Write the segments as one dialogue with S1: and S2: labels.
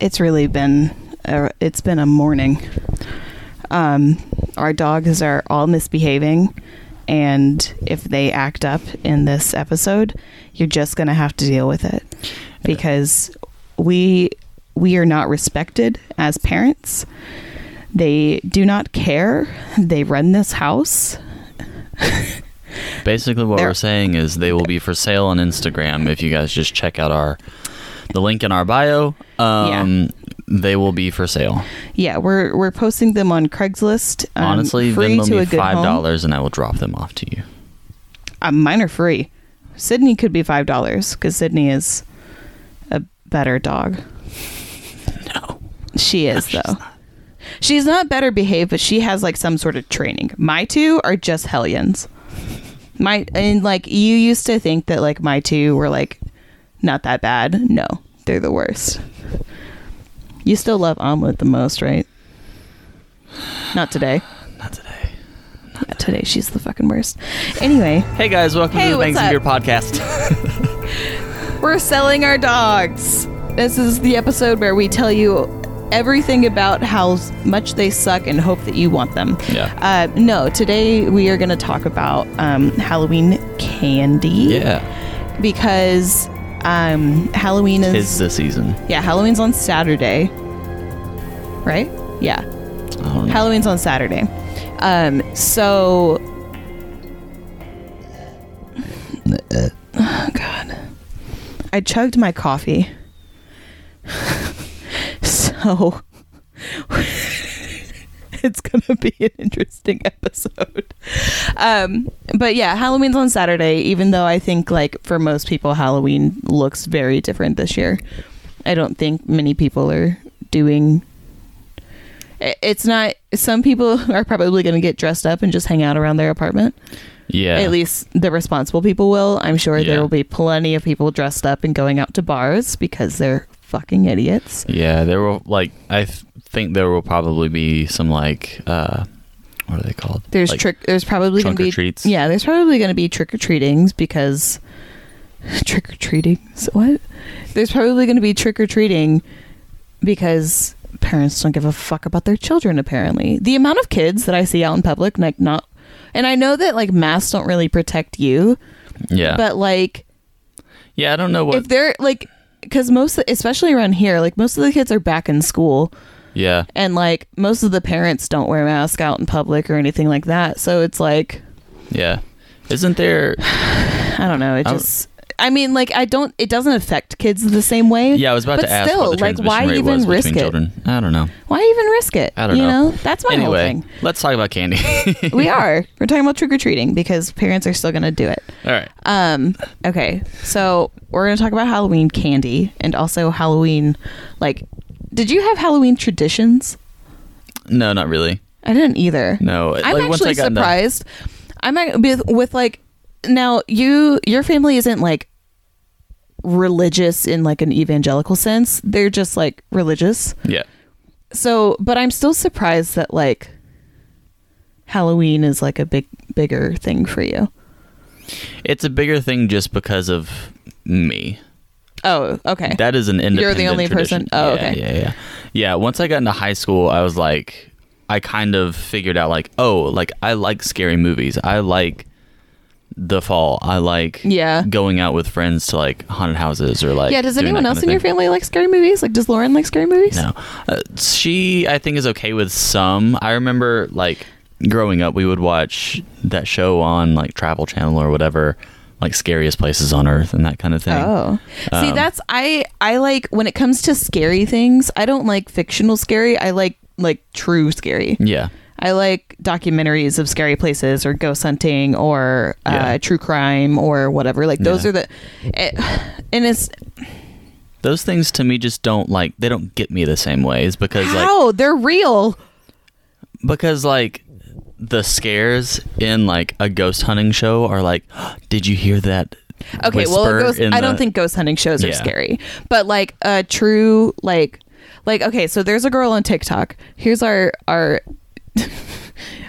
S1: it's really been a, it's been a morning. Um, our dogs are all misbehaving, and if they act up in this episode, you're just gonna have to deal with it because we we are not respected as parents. They do not care. They run this house.
S2: Basically, what
S1: There-
S2: we're saying is they will be for sale on Instagram if you guys just check out our the link in our bio. Um, They will be for sale.
S1: Yeah, we're we're posting them on Craigslist. um,
S2: Honestly,
S1: free
S2: Venmo
S1: to
S2: me
S1: a good
S2: five
S1: home.
S2: dollars and I will drop them off to you.
S1: Uh, mine are free. Sydney could be five dollars because Sydney is a better dog.
S2: No,
S1: She is though. She's not better behaved, but she has like some sort of training. My two are just hellions. My and like you used to think that like my two were like not that bad. No, they're the worst. You still love omelet the most, right? Not today.
S2: not today.
S1: Not today. She's the fucking worst. Anyway,
S2: Hey guys, welcome
S1: Hey,
S2: to the
S1: what's
S2: Bangs of
S1: up?
S2: Your podcast.
S1: We're selling our dogs. This is the episode where we tell you everything about how s- much they suck and hope that you want them.
S2: Yeah.
S1: Uh, no, today we are going to talk about um, Halloween candy.
S2: yeah,
S1: Because um, Halloween is.
S2: it's the season.
S1: yeah, Halloween's on Saturday. Right? Yeah.
S2: I don't know.
S1: Halloween's on Saturday. Um, so. Oh, God. I chugged my coffee. so. it's going to be an interesting episode. Um, but yeah, Halloween's on Saturday, even though I think, like, for most people, Halloween looks very different this year. I don't think many people are doing it- it's not some people are probably going to get dressed up and just hang out around their apartment
S2: yeah,
S1: at least the responsible people will i'm sure
S2: Yeah.
S1: there will be plenty of people dressed up and going out to bars because they're fucking idiots
S2: Yeah, there will like I th- think there will probably be some like uh what are they called?
S1: there's
S2: like,
S1: trick there's probably going
S2: trunk
S1: to
S2: or
S1: be
S2: treats.
S1: yeah there's probably going to be trick-or-treatings because trick-or-treatings what there's probably going to be trick-or-treating because parents don't give a fuck about their children apparently the amount of kids that i see out in public like not and i know that like masks don't really protect you
S2: Yeah.
S1: but like
S2: yeah, I don't know what
S1: if they're like because most especially around here like most of the kids are back in school
S2: yeah.
S1: and like most of the parents don't wear masks out in public or anything like that so it's like
S2: Yeah. Isn't there
S1: i don't know it
S2: I don't-
S1: just i mean like i don't it doesn't affect kids the same way
S2: Yeah, I was about
S1: But
S2: to ask
S1: still,
S2: what the
S1: like,
S2: transmission
S1: why
S2: rate
S1: even
S2: was
S1: risk
S2: between
S1: it?
S2: children. I don't know.
S1: why even risk it
S2: I don't
S1: you
S2: know.
S1: that's my
S2: anyway,
S1: whole thing
S2: let's talk about candy.
S1: we are we're talking about trick-or-treating because parents are still gonna do it
S2: All right.
S1: Um, okay. So we're gonna talk about Halloween candy and also Halloween like did you have Halloween traditions?
S2: No, not really.
S1: I didn't either.
S2: No,
S1: I'm
S2: like, once I
S1: actually
S2: got in the-
S1: surprised. I'm ac- with, with like now you your family isn't like religious in like an evangelical sense. They're just like religious.
S2: Yeah.
S1: So, but I'm still surprised that like Halloween is like a big bigger thing for you.
S2: It's a bigger thing just because of me.
S1: Oh, okay.
S2: That is an independent.
S1: the only
S2: tradition.
S1: person? Oh,
S2: Yeah,
S1: okay.
S2: Yeah, yeah, yeah. Once I got into high school, I was like, I kind of figured out like, oh, like I like scary movies. I like the fall. I like
S1: Yeah.
S2: going out with friends to like haunted houses or like
S1: yeah, does
S2: doing
S1: anyone
S2: that
S1: else in
S2: kind
S1: your
S2: of thing.
S1: family like scary movies? Like does Lauren like scary movies?
S2: No, uh, she I think is okay with some. I remember like growing up, we would watch that show on like Travel Channel or whatever, like scariest places on earth and that kind of thing.
S1: Oh, see,
S2: Um,
S1: that's I. I like when it comes to scary things. I don't like fictional scary. I like like true scary.
S2: Yeah.
S1: I like documentaries of scary places or ghost hunting or uh,
S2: Yeah.
S1: true crime or whatever. Like those
S2: Yeah.
S1: are the, it, and it's
S2: those things to me just don't like they don't get me the same way it's because like
S1: how they're real.
S2: because like the scares in like a ghost hunting show are like did you hear that
S1: Okay, well,
S2: whisper
S1: it goes,
S2: in
S1: I don't
S2: the-"
S1: think ghost hunting shows are
S2: Yeah.
S1: scary, but like a true like like okay, so there's a girl on TikTok. Here's our our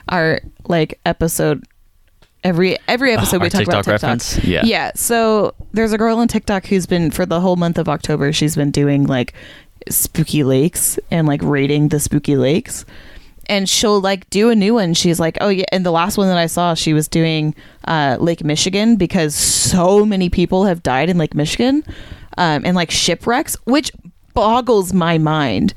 S1: our like episode every every episode we
S2: our
S1: talk about
S2: TikTok
S1: TikTok.
S2: reference? Yeah.
S1: yeah. So there's a girl on TikTok who's been for the whole month of October. She's been doing like spooky lakes and like raiding the spooky lakes. And she'll like do a new one. She's like, oh yeah. And the last one that I saw, she was doing uh, Lake Michigan because so many people have died in Lake Michigan um, and like shipwrecks, which boggles my mind.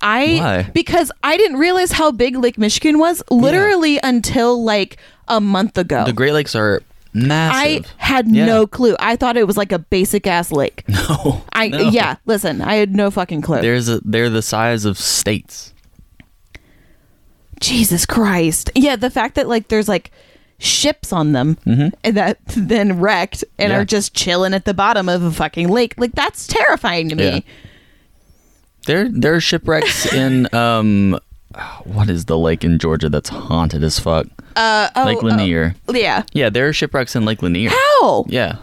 S1: I
S2: Why?
S1: because I didn't realize how big Lake Michigan was literally until like a month ago.
S2: The Great Lakes
S1: I
S2: are massive.
S1: had
S2: Yeah.
S1: no clue. I thought it was like a basic ass lake.
S2: No.
S1: I
S2: no.
S1: yeah, listen, I had no fucking clue.
S2: There's a, they're the size of states.
S1: Jesus Christ. Yeah, the fact that like there's like ships on them and that then wrecked and
S2: Mm-hmm. Yeah.
S1: are just chilling at the bottom of a fucking lake. Like that's terrifying to me.
S2: Yeah. There there are shipwrecks in um what is the lake in Georgia that's haunted as fuck?
S1: Uh, oh,
S2: lake
S1: oh,
S2: Lanier.
S1: yeah.
S2: Yeah, there are shipwrecks in Lake Lanier.
S1: How?
S2: Yeah.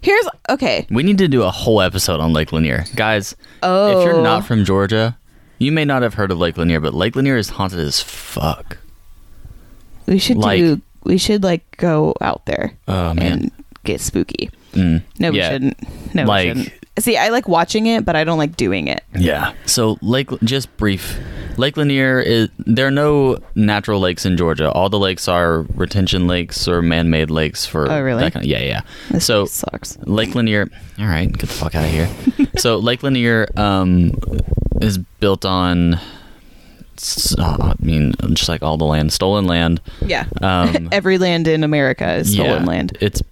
S1: Here's okay.
S2: We need to do a whole episode on Lake Lanier. Guys, if
S1: Oh.
S2: you're not from Georgia, you may not have heard of Lake Lanier, but Lake Lanier is haunted as fuck.
S1: We should
S2: Like-
S1: do we should like go out there
S2: Oh, man.
S1: and get spooky.
S2: Mm.
S1: No,
S2: Yeah.
S1: we shouldn't. No,
S2: Like-
S1: we shouldn't. See, I like watching it, but I don't like doing it.
S2: Yeah. So Lake just brief. Lake Lanier is there are no natural lakes in Georgia. All the lakes are retention lakes or man-made lakes for
S1: Oh, really?
S2: that kind of, yeah, yeah.
S1: This
S2: so um,
S1: sucks.
S2: Lake Lanier. All right, get the fuck out of here. so Lake Lanier um, is built on, s- uh, I mean, just like all the land, stolen land.
S1: Yeah.
S2: Um,
S1: Every land in America is stolen
S2: yeah,
S1: land.
S2: It's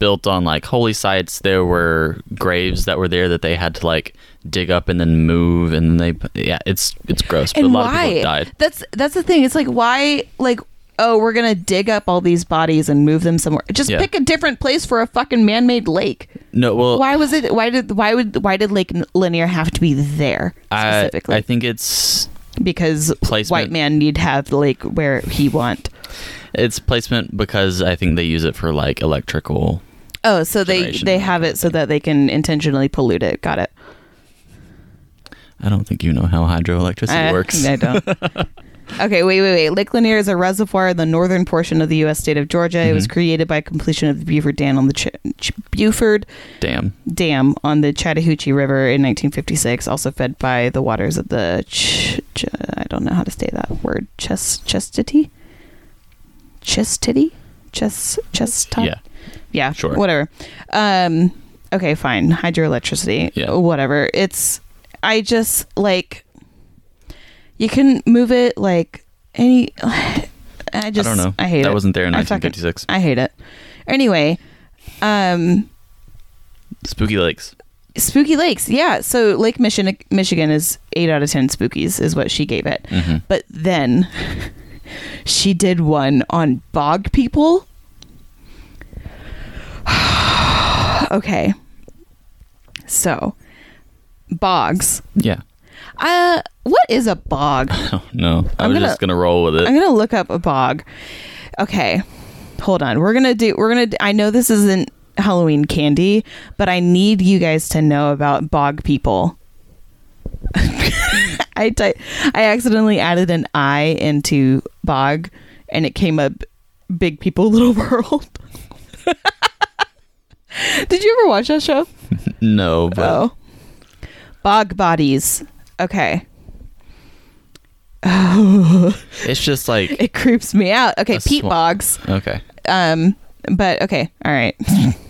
S2: built on like holy sites. There were graves that were there that they had to like dig up and then move, and then they yeah, it's it's gross. But a
S1: and
S2: lot
S1: why?
S2: of people have died.
S1: That's that's the thing. It's like why like oh we're gonna dig up all these bodies and move them somewhere. Just
S2: Yeah.
S1: pick a different place for a fucking man-made lake.
S2: No, well,
S1: Why was it? Why did why would why did Lake Linear have to be there
S2: I
S1: specifically?
S2: I think it's
S1: because
S2: placement-
S1: white man need have lake where he want.
S2: it's placement because I think they use it for like electrical.
S1: Oh, so they
S2: Generation.
S1: they have it so that they can intentionally pollute it. Got it.
S2: I don't think you know how hydroelectricity
S1: I-
S2: works.
S1: Eh, I don't. okay, wait, wait, wait. Lake Lanier is a reservoir in the northern portion of the U.S. state of Georgia. It was created by completion of the Buford Dam on the Ch- Ch- Buford
S2: Damn.
S1: Dam on the Chattahoochee River in 1956. Also fed by the waters of the Ch- Ch- I don't know how to say that word. Chess Chestity, Chestity, Chess Chestut.
S2: Yeah.
S1: Yeah,
S2: Sure.
S1: Whatever. Um, okay, fine. Hydroelectricity.
S2: Yeah.
S1: Whatever. It's. I just like. You can move it like any. I just.
S2: I don't know.
S1: I hate
S2: that
S1: it.
S2: wasn't there in
S1: I fucking-
S2: 1956.
S1: I hate it. Anyway, um,
S2: Spooky Lakes.
S1: spooky lakes. Yeah. So Lake Michigan, Michigan is eight out of ten spookies, is what she gave it.
S2: Mhm.
S1: But then, she did one on bog people. okay. So, bogs.
S2: Yeah.
S1: Uh, what is a bog?
S2: Oh, no. I
S1: I'm
S2: was
S1: gonna-
S2: just going to roll with it.
S1: I'm gonna look up a bog. Okay, hold on. We're gonna do. We're gonna. d- I know this isn't Halloween candy, but I need you guys to know about bog people. I ty- I accidentally added an I into bog, and it came up big people, little world. Did you ever watch that show?
S2: no, but
S1: Oh. Bog bodies. Okay. Oh,
S2: it's just like.
S1: it creeps me out. Okay,
S2: A
S1: peat
S2: swa-
S1: bogs.
S2: Okay.
S1: Um, but okay, all right.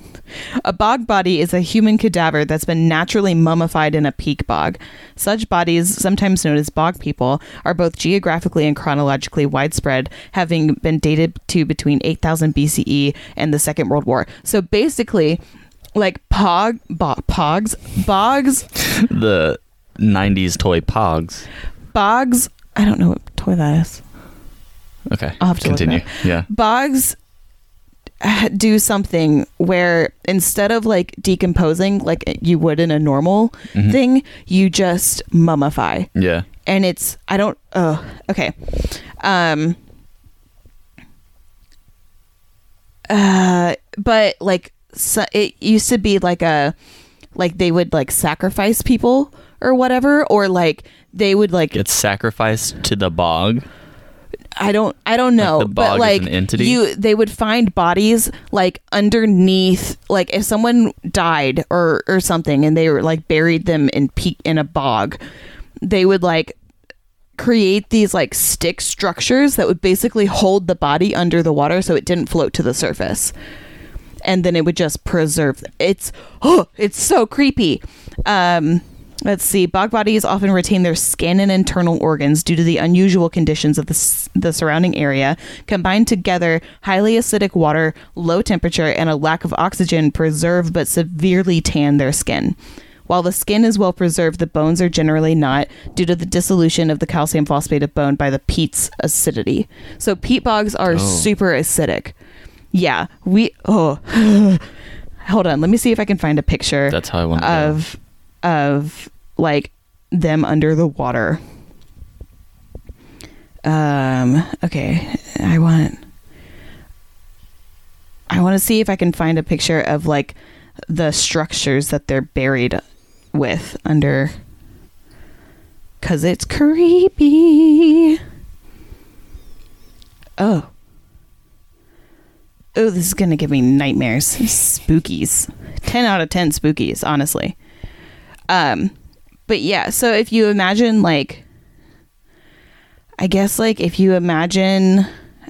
S1: a bog body is a human cadaver that's been naturally mummified in a peat bog. Such bodies, sometimes known as bog people, are both geographically and chronologically widespread, having been dated to between 8000 BCE E and the Second World War. So basically, like pog, bo- pogs, bogs,
S2: The 90s toy Pogs.
S1: bogs. I don't know what toy that is.
S2: Okay.
S1: I'll have to look it
S2: continue.
S1: up.
S2: yeah.
S1: Boggs uh, do something where instead of like decomposing like you would in a normal
S2: Mhm.
S1: thing, you just mummify.
S2: Yeah.
S1: And it's I don't oh okay. Um uh but like so it used to be like a like they would like sacrifice people or whatever or like they would like
S2: Gets sacrificed to the bog.
S1: I don't I don't know,
S2: the bog
S1: but
S2: is
S1: like
S2: an entity?
S1: you they would find bodies like underneath like if someone died or or something and they were like buried them in pe- in a bog, they would like create these like stick structures that would basically hold the body under the water so it didn't float to the surface. And then it would just preserve it's oh, it's so creepy. Um Let's see. Bog bodies often retain their skin and internal organs due to the unusual conditions of the, s- the surrounding area. Combined together, highly acidic water, low temperature, and a lack of oxygen preserve but severely tan their skin. While the skin is well preserved, the bones are generally not due to the dissolution of the calcium phosphate of bone by the peat's acidity. So peat bogs are super acidic. Yeah, we. Oh, hold on. Let me see if I can find a picture
S2: That's how I want to go.
S1: of of like them under the water. Um okay, I want I want to see if I can find a picture of like the structures that they're buried with under cuz it's creepy. Oh. Oh, this is going to give me nightmares. Spookies. 10 out of 10 spookies, honestly. Um, but yeah, so if you imagine like, I guess like if you imagine,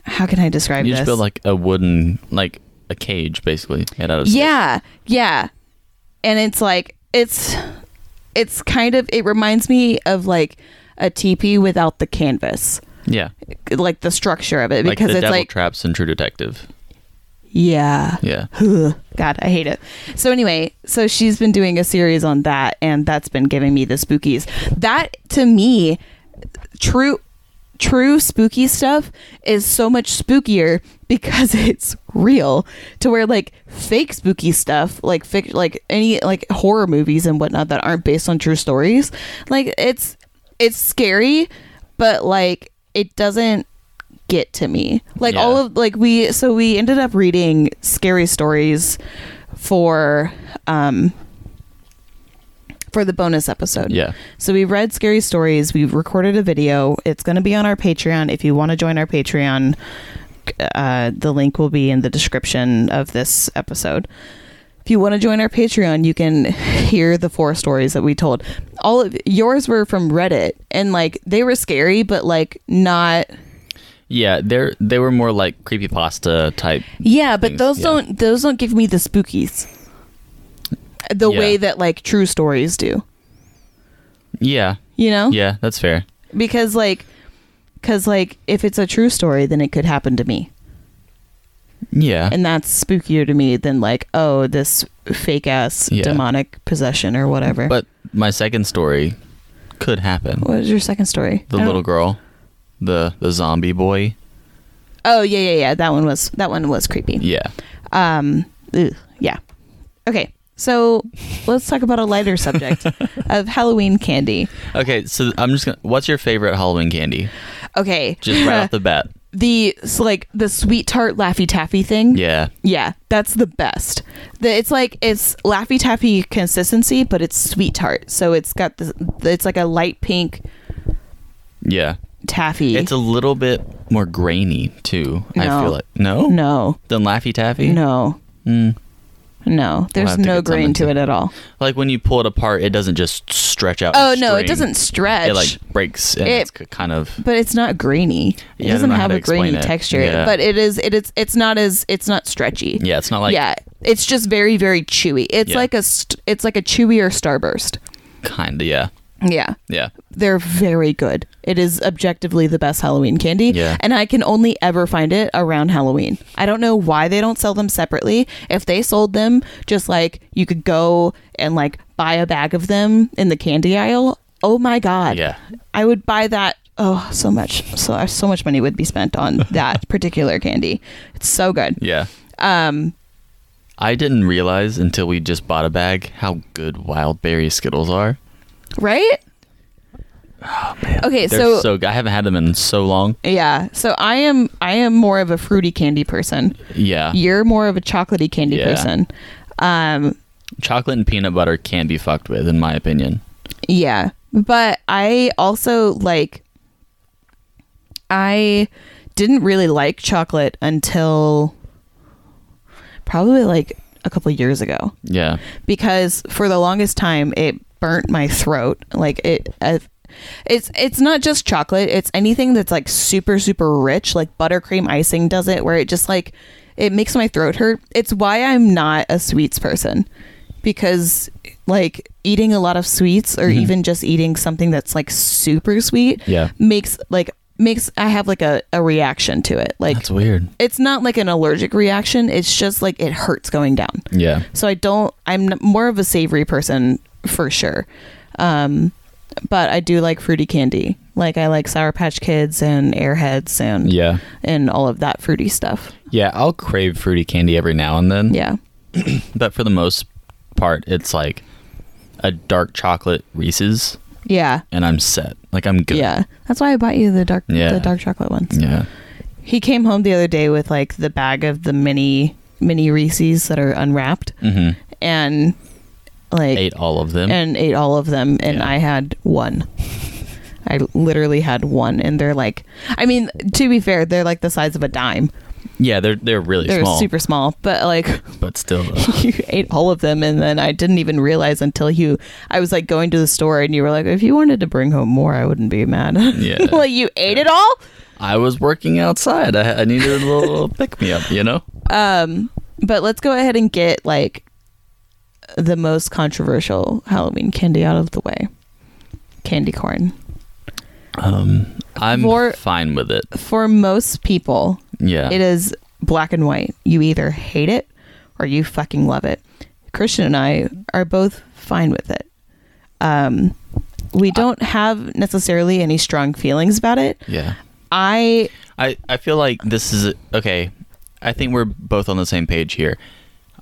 S1: how can I describe
S2: You
S1: this?
S2: just build like a wooden, like a cage, basically made out of. sticks.
S1: yeah, yeah, and it's like it's it's kind of it reminds me of like a teepee without the canvas,
S2: yeah,
S1: like the structure of it
S2: like
S1: because
S2: the
S1: it's
S2: devil
S1: like
S2: traps in True Detective.
S1: yeah,
S2: Yeah,
S1: Ugh, God, I hate it. So anyway, so she's been doing a series on that, and that's been giving me the spookies. That to me, true, true spooky stuff is so much spookier because it's real. To where like fake spooky stuff, like fic, like any like horror movies and whatnot that aren't based on true stories, like it's it's scary, but like it doesn't get to me. Like
S2: Yeah.
S1: all of like we so we ended up reading scary stories for um for the bonus episode.
S2: yeah.
S1: So we read scary stories, we've recorded a video. It's going to be on our Patreon if you want to join our Patreon. Uh, the link will be in the description of this episode. If you want to join our Patreon, you can hear the four stories that we told. All of yours were from Reddit and like they were scary but like not
S2: Yeah, they're they were more like creepypasta type.
S1: Yeah, but
S2: things,
S1: those
S2: yeah.
S1: don't those don't give me the spookies. The
S2: Yeah.
S1: way that like true stories do.
S2: Yeah,
S1: You know?
S2: yeah, that's fair.
S1: Because like cuz like if it's a true story then it could happen to me.
S2: Yeah,
S1: And that's spookier to me than like oh this fake ass
S2: Yeah.
S1: demonic possession or whatever.
S2: but my second story could happen.
S1: what was your second story? Oh.
S2: The
S1: I don't-
S2: little girl, the the zombie boy.
S1: Oh yeah yeah yeah, that one was that one was creepy.
S2: Yeah,
S1: Um ugh, yeah. Okay. So let's talk about a lighter subject of Halloween candy.
S2: Okay, so I'm just gonna. What's your favorite Halloween candy?
S1: Okay.
S2: Just right off the bat.
S1: the s- like the sweet tart laffy taffy thing
S2: Yeah,
S1: Yeah, that's the best the, it's like it's laffy taffy consistency but it's sweet tart so it's got this it's like a light pink
S2: yeah.
S1: taffy
S2: It's a little bit more grainy too. I
S1: No.
S2: feel it. No,
S1: no
S2: Then Laffy Taffy.
S1: no
S2: Mm.
S1: no
S2: have
S1: there's
S2: to
S1: no
S2: get something
S1: grain to
S2: to-
S1: it at all
S2: Like when you pull it apart, it doesn't just stretch out.
S1: oh
S2: and
S1: no it
S2: string.
S1: doesn't stretch
S2: It like breaks. And
S1: It-
S2: it's k- kind of.
S1: but it's not grainy it
S2: Yeah, I don't
S1: doesn't
S2: know how
S1: have
S2: to
S1: a grainy
S2: explain it.
S1: texture
S2: Yeah.
S1: but it is it is it's not as it's not stretchy
S2: Yeah, it's not like
S1: yeah it's just very very chewy it's
S2: Yeah.
S1: like a st- it's like a chewier starburst
S2: kind of. Yeah,
S1: yeah
S2: yeah.
S1: they're very good. It is objectively the best Halloween candy.
S2: Yeah.
S1: And I can only ever find it around Halloween. I don't know why they don't sell them separately. If they sold them, just like you could go and like buy a bag of them in the candy aisle. Oh my God.
S2: Yeah.
S1: I would buy that. Oh, so much. So, so much money would be spent on that particular candy. It's so good.
S2: Yeah.
S1: Um,
S2: I didn't realize until we just bought a bag how good wild berry Skittles are.
S1: right? Okay,
S2: Oh, They're
S1: so,
S2: so g- I haven't had them in so long.
S1: yeah, so I am I am more of a fruity candy person.
S2: Yeah.
S1: you're more of a chocolatey candy
S2: Yeah.
S1: person. Um,
S2: Chocolate and peanut butter can be fucked with, in my opinion.
S1: yeah, but I also like I didn't really like chocolate until probably like a couple years ago
S2: Yeah.
S1: because for the longest time it burnt my throat like it uh, it's it's not just chocolate it's anything that's like super super rich like buttercream icing does it where it just like it makes my throat hurt it's why i'm not a sweets person because like eating a lot of sweets or even just eating something that's like super sweet
S2: Mm-hmm. Yeah.
S1: makes like makes i have like a, a reaction to it like
S2: That's weird.
S1: it's not like an allergic reaction it's just like it hurts going down
S2: Yeah.
S1: so I don't. I'm n- more of a savory person for sure, um, but I do like fruity candy. Like I like Sour Patch Kids and Airheads and
S2: Yeah.
S1: and all of that fruity stuff.
S2: Yeah, I'll crave fruity candy every now and then.
S1: Yeah,
S2: But for the most part, it's like a dark chocolate Reese's
S1: yeah,
S2: and I'm set. Like I'm good.
S1: yeah. That's why I bought you the dark
S2: Yeah.
S1: the dark chocolate ones.
S2: Yeah.
S1: He came home the other day with like the bag of the mini mini Reese's that are unwrapped
S2: Mhm.
S1: and like
S2: Ate all of them.
S1: and ate all of them and
S2: Yeah.
S1: i had one i literally had one and they're like i mean to be fair they're like the size of a dime
S2: yeah, they're they're really
S1: they're
S2: small.
S1: super small but like
S2: but still though.
S1: you ate all of them and then i didn't even realize until you i was like going to the store and you were like if you wanted to bring home more i wouldn't be mad
S2: Yeah.
S1: like you ate it all
S2: I was working outside. I, I needed a little pick me up, you know?
S1: um but let's go ahead and get like the most controversial halloween candy out of the way candy corn
S2: Um, I'm
S1: For-
S2: fine with it.
S1: for most people
S2: Yeah.
S1: It is black and white. You either hate it or you fucking love it. Christian and I are both fine with it. Um, we don't have necessarily any strong feelings about it.
S2: yeah.
S1: I
S2: I, I feel like this is okay. I think we're both on the same page here.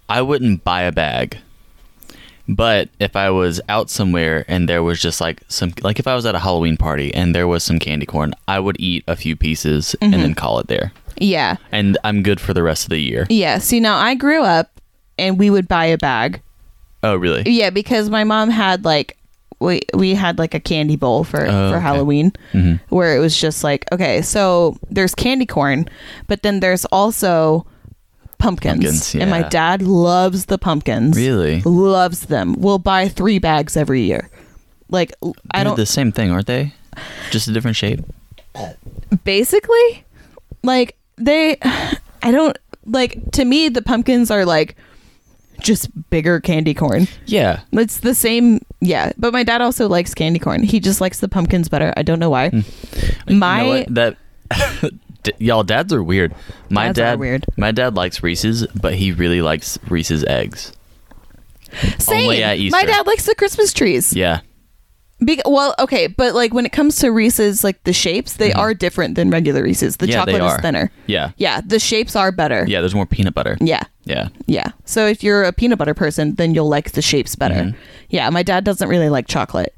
S2: I wouldn't buy a bag. But if I was out somewhere and there was just like some, like if I was at a Halloween party and there was some candy corn, I would eat a few pieces
S1: Mm-hmm.
S2: and then call it there.
S1: yeah
S2: And I'm good for the rest of the year.
S1: yeah. See now I grew up and we would buy a bag.
S2: Oh, really?
S1: Yeah, because my mom had like we we had like a candy bowl for for
S2: Oh, okay. Mm-hmm.
S1: Halloween where it was just like okay, so there's candy corn, but then there's also pumpkins,
S2: Pumpkins,
S1: and my
S2: yeah.
S1: dad loves the pumpkins.
S2: Really?
S1: loves them. We'll buy three bags every year. Like l- I
S2: They're
S1: don't
S2: the same thing, aren't they? Just a different shape.
S1: basically like they I don't like to me the pumpkins are like just bigger candy corn.
S2: Yeah.
S1: It's the same, yeah. But my dad also likes candy corn. He just likes the pumpkins better. I don't know why. My
S2: Hmm. you know what? that D- y'all dads are weird. My
S1: Dads are
S2: dad
S1: weird.
S2: My dad likes Reese's, but he really likes Reese's eggs.
S1: same.
S2: only at Easter.
S1: My dad likes the Christmas trees.
S2: Yeah,
S1: Be- well, okay, but like when it comes to Reese's, like the shapes, they are different than regular Reese's. The
S2: Mm-hmm. yeah,
S1: chocolate
S2: they are
S1: is thinner.
S2: Yeah,
S1: Yeah, the shapes are better.
S2: yeah. There's more peanut butter.
S1: yeah,
S2: Yeah,
S1: yeah. So if you're a peanut butter person, then you'll like the shapes better.
S2: Mm-hmm.
S1: Yeah, my dad doesn't really like chocolate,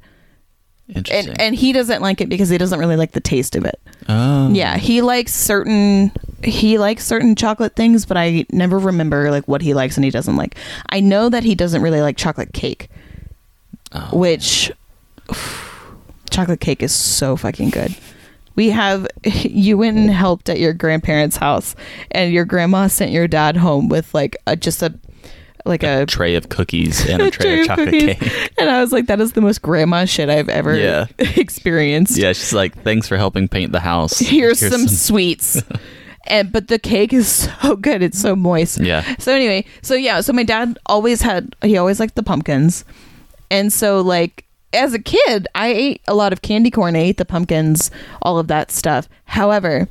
S1: and
S2: interesting.
S1: and he doesn't like it because he doesn't really like the taste of it.
S2: oh,
S1: Yeah, he likes certain he likes certain chocolate things, but I never remember like what he likes and he doesn't like. I know that he doesn't really like chocolate cake,
S2: Oh.
S1: which chocolate cake is so fucking good. We have you went and helped at your grandparents' house, and your grandma sent your dad home with like a, just a like a,
S2: a tray of cookies and a tray, of chocolate
S1: cookies.
S2: cake.
S1: and I was like, that is the most grandma shit I've ever
S2: Yeah.
S1: experienced
S2: Yeah, she's like, thanks for helping paint the house.
S1: here's, some, sweets and but the cake is so good it's so moist
S2: Yeah.
S1: so anyway so yeah so my dad always had he always liked the pumpkins and so like as a kid i ate a lot of candy corn i ate the pumpkins all of that stuff however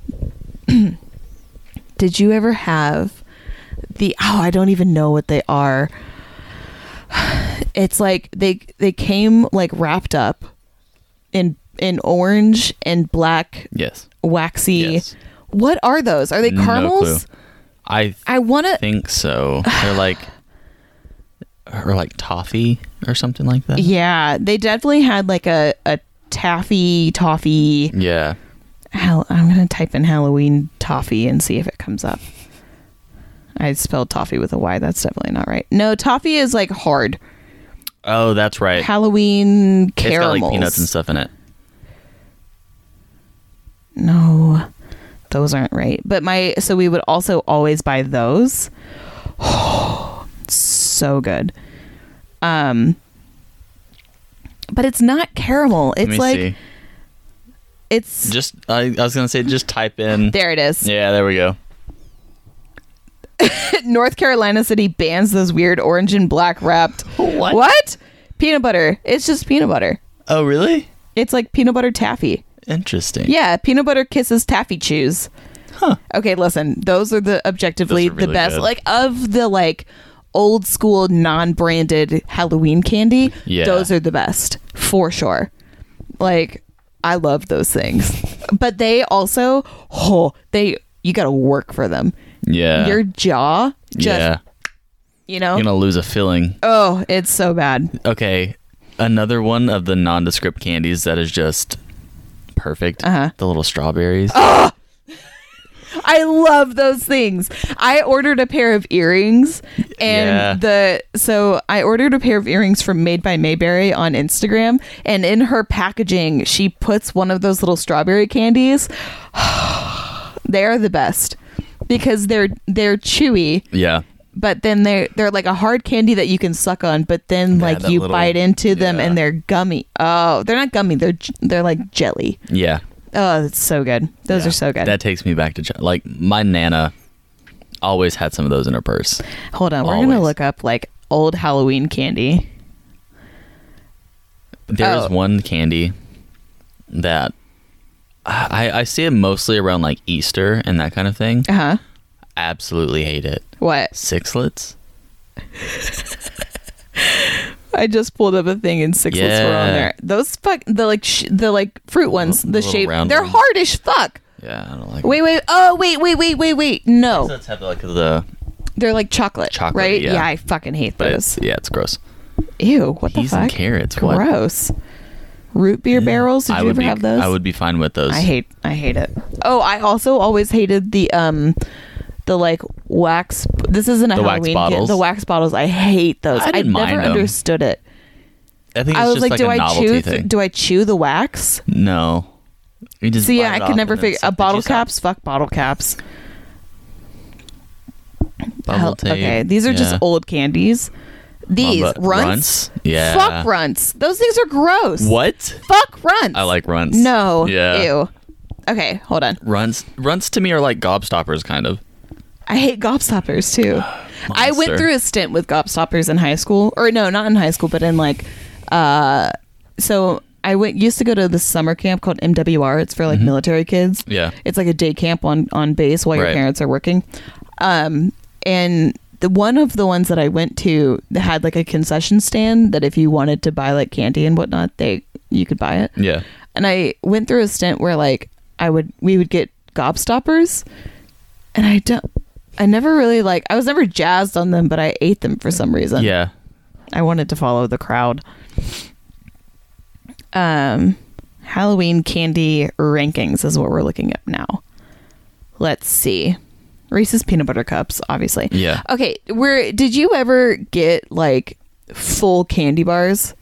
S1: did you ever have the oh i don't even know what they are it's like they they came like wrapped up in in orange and black
S2: Yes.
S1: waxy.
S2: Yes.
S1: What are those? Are they
S2: No
S1: caramels?
S2: clue. I
S1: I want to.
S2: think so. They're like, or like toffee or something like that.
S1: Yeah, they definitely had like a a taffy toffee.
S2: Yeah.
S1: Hal- I'm gonna type in Halloween toffee and see if it comes up. I spelled toffee with a Y. That's definitely not right. No, toffee is like hard.
S2: Oh, that's right.
S1: Halloween
S2: It's got
S1: caramels.
S2: like peanuts and stuff in it.
S1: No, those aren't right. But my so we would also always buy those. so good. Um, but it's not caramel.
S2: Let
S1: It's
S2: me
S1: like
S2: see.
S1: it's
S2: Just I, I was gonna say just type in.
S1: there. It is.
S2: Yeah, there we go.
S1: North Carolina City bans those weird orange and black wrapped.
S2: What?
S1: What? Peanut butter. It's just peanut butter.
S2: Oh, really?
S1: It's like peanut butter taffy.
S2: Interesting.
S1: Yeah, peanut butter kisses taffy chews.
S2: Huh.
S1: Okay, listen. Those are the objectively
S2: Those are
S1: the
S2: really
S1: best
S2: good.
S1: like of the like old school non-branded Halloween candy.
S2: Yeah.
S1: Those are the best for sure. Like I love those things. But they also oh, they you got to work for them.
S2: Yeah.
S1: Your jaw just
S2: yeah.
S1: you know.
S2: You're gonna lose a filling.
S1: oh, it's so bad.
S2: Okay. Another one of the nondescript candies that is just perfect.
S1: Uh-huh.
S2: The little strawberries.
S1: I love those things. I ordered a pair of earrings
S2: Yeah.
S1: and the so I ordered a pair of earrings from Made by Mayberry on Instagram and in her packaging she puts one of those little strawberry candies. they are the best because they're they're chewy,
S2: Yeah.
S1: but then they are they're like a hard candy that you can suck on, but then like
S2: that
S1: you
S2: little-
S1: bite into them
S2: yeah.
S1: and they're gummy. Oh, they're not gummy, they're j- they're like jelly.
S2: Yeah.
S1: Oh, it's so good. Those
S2: Yeah.
S1: are so good.
S2: That takes me back to chi- like my nana always had some of those in her purse.
S1: Hold on, we're gonna
S2: Always.
S1: look up like old Halloween candy.
S2: There is
S1: Oh.
S2: one candy that I, I see it mostly around like Easter and that kind of thing.
S1: Uh huh.
S2: Absolutely hate it.
S1: What?
S2: Sixlets?
S1: I just pulled up a thing and sixlets were on
S2: Yeah.
S1: there. Those fuck the like sh- the like fruit ones,
S2: little-
S1: the
S2: little
S1: shape.
S2: round
S1: They're
S2: ones.
S1: hard as fuck.
S2: Yeah, I don't like
S1: Wait, wait. Oh, wait, wait, wait, wait, wait. No,
S2: Sixlets have like the
S1: they're like chocolate.
S2: Chocolate,
S1: right?
S2: yeah.
S1: I fucking hate
S2: but
S1: those.
S2: it's, yeah, it's gross.
S1: Ew. What the
S2: Peas and
S1: fuck?
S2: carrots, what?
S1: Gross. Root beer barrels. Did
S2: I
S1: you
S2: would
S1: ever
S2: be,
S1: have those?
S2: I would be fine with those.
S1: I hate. I hate it. Oh, I also always hated the um, the like wax. This isn't a
S2: The wax
S1: Halloween.
S2: bottles?
S1: the wax bottles. I hate those.
S2: I
S1: I,
S2: didn't
S1: never
S2: mind 'em.
S1: understood it.
S2: I think it's
S1: I was
S2: just
S1: like,
S2: like,
S1: do
S2: a
S1: I
S2: novelty
S1: chew?
S2: thing.
S1: do I chew the wax?
S2: no. You just
S1: So yeah,
S2: bite
S1: I
S2: it
S1: could
S2: off
S1: never
S2: and then
S1: figure.
S2: suck
S1: Uh,
S2: the
S1: bottle
S2: juice out.
S1: caps. Fuck bottle caps.
S2: Bubble
S1: Hell-
S2: tape.
S1: Okay, these are just
S2: Yeah.
S1: old candies. These
S2: Mamba-
S1: runts.
S2: Yeah.
S1: Fuck runts. Those things are gross.
S2: What?
S1: Fuck runts.
S2: I like runts.
S1: No.
S2: Yeah.
S1: Ew. Okay, hold on.
S2: Runts. Runts to me are like gobstoppers, kind of.
S1: I hate gobstoppers too. I went
S2: Monster.
S1: through a stint with gobstoppers in high school, or no, not in high school, but in like, uh, so I went used to go to this summer camp called MWR. It's for like military kids.
S2: Mm-hmm. Yeah.
S1: it's like a day camp on on base while your
S2: Right.
S1: parents are working. Um, and the one of the ones that I went to had like a concession stand that if you wanted to buy like candy and whatnot, they you could buy it
S2: Yeah.
S1: and I went through a stint where like I would we would get gobstoppers, and I don't. I never really like. I was never jazzed on them, but I ate them for some reason.
S2: Yeah.
S1: I wanted to follow the crowd. Um, Halloween candy rankings is what we're looking at now. Let's see. Reese's peanut butter cups, obviously.
S2: Yeah.
S1: Okay, where did you ever get like full candy bars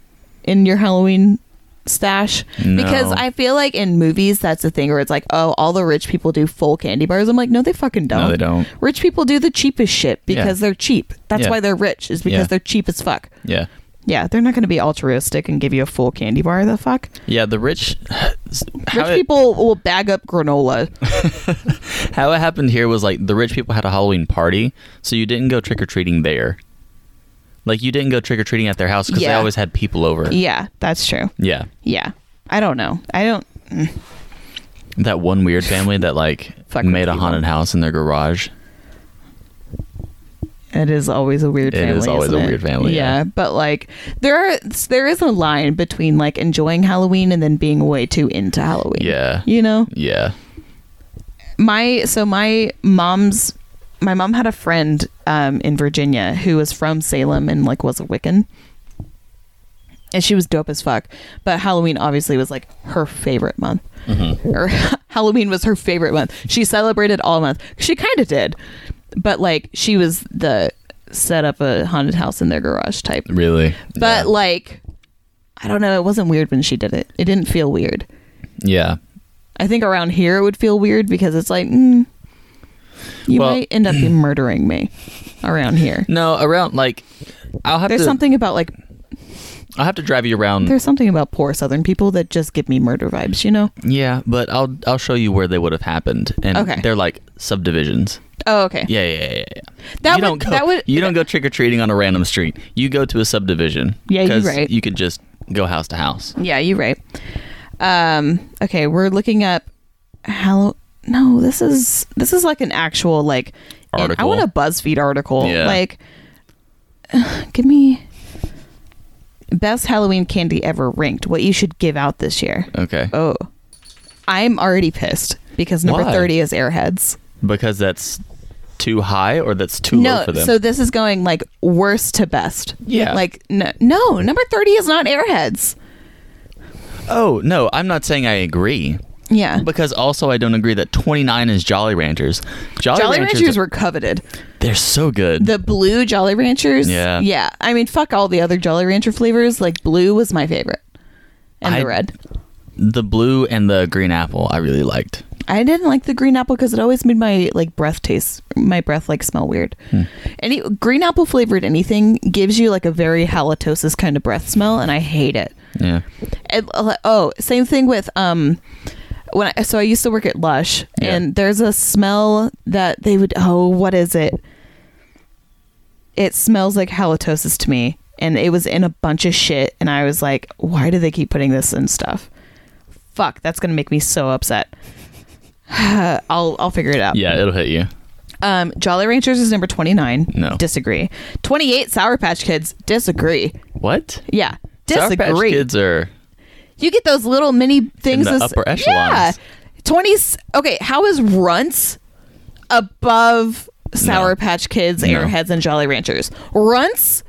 S1: in your Halloween stash?
S2: No.
S1: Because I feel like in movies that's the thing where it's like, oh, all the rich people do full candy bars. I'm like, no, they fucking don't.
S2: they don't.
S1: Rich people do the cheapest shit because
S2: Yeah.
S1: they're cheap. That's
S2: Yeah.
S1: why they're rich is because
S2: Yeah.
S1: they're cheap as fuck.
S2: Yeah.
S1: Yeah, they're not going to be altruistic and give you a full candy bar. The fuck,
S2: Yeah. The rich. How
S1: rich
S2: it-
S1: people will bag up granola.
S2: How it happened here was like the rich people had a Halloween party, so you didn't go trick or treating there. Like you didn't go trick or treating at their house because they
S1: Yeah.
S2: always had people over.
S1: yeah, that's true.
S2: Yeah,
S1: Yeah, I don't know. I don't.
S2: that one weird family that like
S1: Fuck with
S2: made a
S1: people.
S2: haunted house in their garage.
S1: It is always a weird
S2: It
S1: family.
S2: is always
S1: isn't
S2: a
S1: it?
S2: weird family,
S1: Yeah,
S2: yeah.
S1: but like there are there is a line between like enjoying Halloween and then being way too into Halloween.
S2: Yeah.
S1: You know?
S2: Yeah,
S1: My so my mom's my mom had a friend um in Virginia who was from Salem and like was a Wiccan. And she was dope as fuck. But Halloween obviously was like her favorite month. Or Halloween was her favorite month. She celebrated all month. She kind of did. But like she was the set up a haunted house in their garage type.
S2: really.
S1: But like I don't know, it wasn't weird when she did it. It didn't feel weird.
S2: yeah,
S1: I think around here it would feel weird because it's like, mm, you
S2: Well-
S1: might end up murdering me around here.
S2: No, around like I'll have
S1: There's
S2: to
S1: something about like
S2: I'll have to drive you around.
S1: there's something about poor Southern people that just give me murder vibes. You know?
S2: Yeah, but I'll I'll show you where they would have happened. And
S1: Okay.
S2: they're like subdivisions.
S1: Oh, okay.
S2: Yeah, yeah, yeah, yeah, yeah.
S1: That
S2: you
S1: would-
S2: don't go,
S1: that would-
S2: you don't go trick or treating on a random street. You go to a subdivision.
S1: Yeah, you're
S2: 'cause
S1: right.
S2: You could just go house to house.
S1: Yeah, you're right. Um, okay, we're looking up how. No, this is this is like an actual like. an- I
S2: Article.
S1: want a BuzzFeed article.
S2: Yeah.
S1: Like, give me best Halloween candy ever ranked. What you should give out this year?
S2: Okay,
S1: Oh, I'm already pissed because number
S2: Why?
S1: thirty is Airheads.
S2: because that's too high or that's too low
S1: no,
S2: for them.
S1: so this is going like worst to best.
S2: Yeah.
S1: Like no, no, number thirty is not Airheads.
S2: oh no, I'm not saying I agree.
S1: Yeah.
S2: Because also I don't agree that 29 is Jolly Ranchers. Jolly,
S1: Jolly
S2: Ranchers,
S1: Ranchers were coveted.
S2: they're so good.
S1: the blue Jolly Ranchers.
S2: Yeah.
S1: Yeah. I mean, fuck all the other Jolly Rancher flavors. Like, blue was my favorite. And
S2: I-
S1: the red.
S2: the blue and the green apple I really liked.
S1: I didn't like the green apple because it always made my like breath taste my breath like smell weird.
S2: Hmm.
S1: Any green apple flavored anything gives you like a very halitosis kind of breath smell, and I hate it.
S2: Yeah.
S1: And, uh, oh, same thing with um when I, so I used to work at Lush
S2: Yeah.
S1: and there's a smell that they would oh what is it? It smells like halitosis to me and it was in a bunch of shit and I was like why do they keep putting this in stuff? Fuck, that's going to make me so upset. I'll I'll figure it out.
S2: Yeah, it'll hit you.
S1: Um Jolly Ranchers is number 29.
S2: No.
S1: Disagree. 28 Sour Patch Kids. Disagree.
S2: What?
S1: Yeah.
S2: Sour
S1: Disagree.
S2: Patch kids are
S1: You get those little mini things
S2: the
S1: that's-
S2: upper
S1: Yeah,
S2: echelons.
S1: twenties. Okay, how is Runts above Sour
S2: No.
S1: Patch Kids,
S2: No.
S1: Airheads, and Jolly Ranchers? Runts,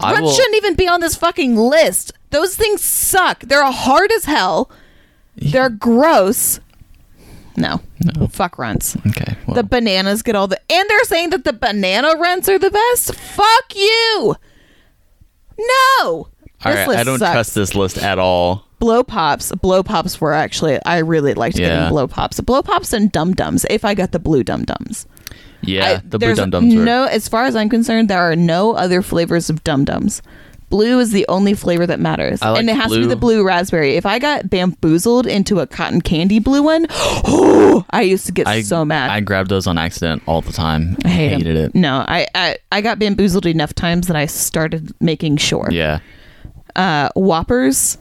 S2: I
S1: Runts
S2: will-
S1: shouldn't even be on this fucking list. Those things suck. They're hard as hell. They're gross. No, no, fuck Runts.
S2: Okay. Well,
S1: The bananas get all the, and they're saying that the banana Runts are the best. Fuck you. No.
S2: all
S1: This
S2: right,
S1: list
S2: I don't
S1: sucks
S2: trust this list at all.
S1: blow pops blow pops were actually i really liked
S2: Yeah.
S1: getting blow pops blow pops and dum dums if i got the blue dum dums
S2: Yeah, Uh, the blue
S1: there's
S2: dum dums were.
S1: no as far as i'm concerned there are no other flavors of dum dums blue is the only flavor that matters
S2: I like
S1: and it has to be
S2: blue.
S1: the blue raspberry if i got bamboozled into a cotton candy blue one i used to get
S2: I,
S1: so mad
S2: I grabbed those on accident all the time.
S1: I hate 'em.
S2: hated it.
S1: no I, I i got bamboozled enough times that i started making sure
S2: Yeah.
S1: uh, Whoppers.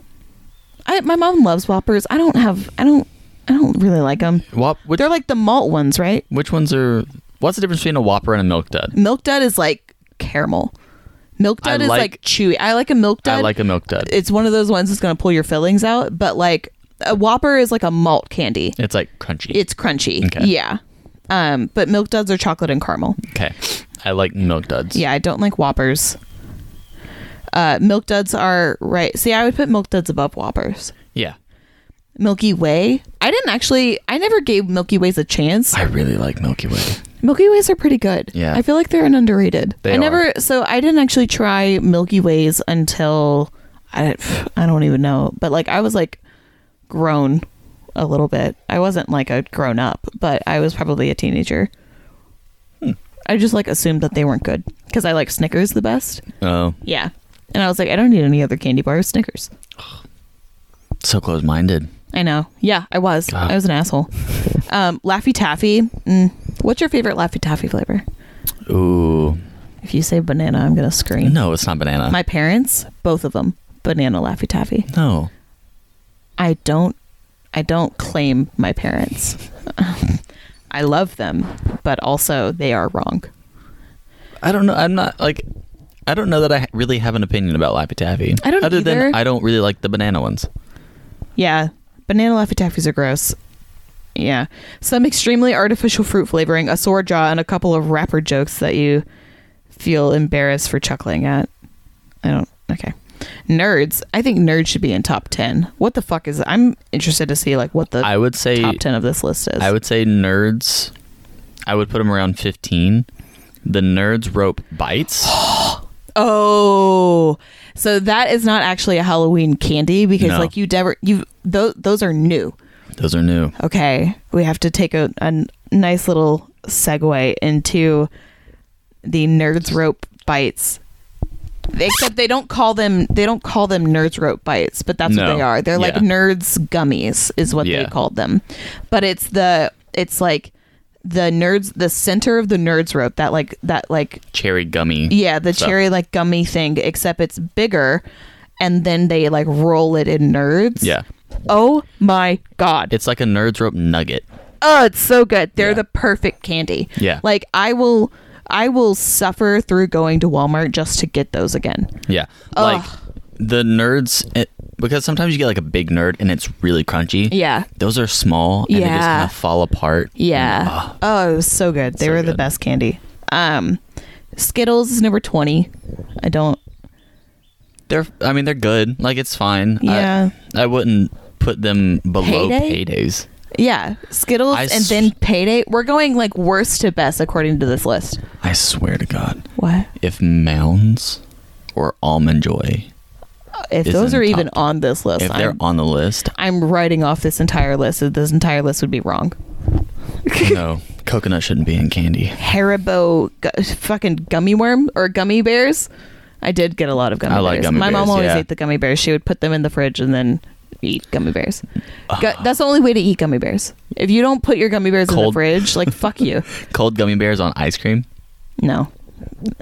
S1: I, my mom loves Whoppers. I don't have. I don't. I don't really like them.
S2: Whop, which,
S1: They're like the malt ones, right?
S2: which ones are. What's the difference between a Whopper and a Milk Dud?
S1: Milk Dud is like caramel. Milk
S2: I
S1: Dud is
S2: like-
S1: like, chewy. I like a Milk Dud.
S2: I like a Milk Dud.
S1: It's one of those ones that's gonna pull your fillings out. But like a Whopper is like a malt candy.
S2: it's like crunchy.
S1: It's crunchy.
S2: Okay.
S1: Yeah. Um, but Milk Duds are chocolate and caramel.
S2: okay. I like Milk Duds.
S1: Yeah, I don't like Whoppers. Uh, milk Duds are right. See, I would put Milk Duds above Whoppers.
S2: Yeah.
S1: Milky Way. I didn't actually. I never gave Milky Ways a chance.
S2: I really like Milky Way.
S1: Milky Ways are pretty good.
S2: Yeah.
S1: I feel like they're an underrated.
S2: They
S1: I
S2: are.
S1: never. So I didn't actually try Milky Ways until I. I don't even know. But like I was like grown a little bit. I wasn't like a grown up, but I was probably a teenager.
S2: Hmm.
S1: I just like assumed that they weren't good because I like Snickers the best.
S2: Oh,
S1: Yeah. And I was like, I don't need any other candy bar. Snickers.
S2: so close minded.
S1: I know. Yeah, I was.
S2: God.
S1: I was an asshole. Um, Laffy Taffy. Mm. What's your favorite Laffy Taffy flavor?
S2: Ooh.
S1: If you say banana, I'm gonna scream.
S2: No, it's not banana.
S1: My parents, both of them, banana Laffy Taffy.
S2: no.
S1: I don't. I don't claim my parents. I love them, but also they are wrong.
S2: I don't know. I'm not like. I don't know that I ha- really have an opinion about Lappy Taffy.
S1: I don't
S2: Other than
S1: either.
S2: I don't really like the banana ones.
S1: Yeah, banana Laffy Taffies are gross. Yeah, some extremely artificial fruit flavoring, a sore jaw, and a couple of rapper jokes that you feel embarrassed for chuckling at. I don't. Okay, nerds. I think nerds should be in top ten. What the fuck is? I'm interested to see like what the
S2: I would say
S1: top ten of this list is.
S2: I would say nerds. I would put them around 15. The nerds rope bites.
S1: oh, so that is not actually a Halloween candy because
S2: No.
S1: like you never you those those are new.
S2: Those are new.
S1: Okay, we have to take a, a n- nice little segue into the nerds rope bites. Except they don't call them they don't call them nerds rope bites, but that's
S2: No.
S1: what they are. They're like
S2: Yeah.
S1: nerds gummies is what
S2: Yeah.
S1: they called them. But it's the it's like the nerds the center of the nerds rope that like that like
S2: Cherry gummy.
S1: yeah, the
S2: stuff.
S1: cherry like gummy thing except it's bigger and then they like roll it in nerds.
S2: Yeah.
S1: Oh my god.
S2: It's like a nerds rope nugget.
S1: oh it's so good they're
S2: Yeah.
S1: the perfect candy
S2: Yeah.
S1: like i will i will suffer through going to walmart just to get those again
S2: Yeah.
S1: Ugh.
S2: Like the nerds it, because sometimes you get like a big nerd and it's really crunchy.
S1: yeah
S2: Those are small and they just
S1: Yeah.
S2: kind of fall apart.
S1: yeah
S2: Ugh.
S1: oh it was so good they
S2: Mm. So
S1: were the
S2: good.
S1: best candy um skittles is number 20 i don't
S2: They're I mean they're good. Like it's fine. I-
S1: Yeah.
S2: I, wouldn't put them below
S1: Payday?
S2: paydays.
S1: yeah skittles
S2: I
S1: and
S2: s-
S1: then payday we're going like worst to best according to this list
S2: I swear to God.
S1: what
S2: If mounds or almond joy
S1: if
S2: Is
S1: those
S2: in
S1: are
S2: top
S1: even
S2: ten.
S1: on this list
S2: if they're
S1: I'm,
S2: on the list,
S1: I'm writing off this entire list this entire list would be wrong
S2: no. Coconut shouldn't be in candy.
S1: Haribo gu- fucking gummy worm or gummy bears. I did get a lot of gummy
S2: I
S1: bears.
S2: like gummy
S1: My mom
S2: bears,
S1: always
S2: yeah.
S1: ate the gummy bears. She would put them in the fridge and then eat gummy bears. Gu- that's the only way to eat gummy bears. If you don't put your gummy bears in the
S2: Cold.
S1: fridge, like fuck you.
S2: Cold gummy bears on ice cream?
S1: No.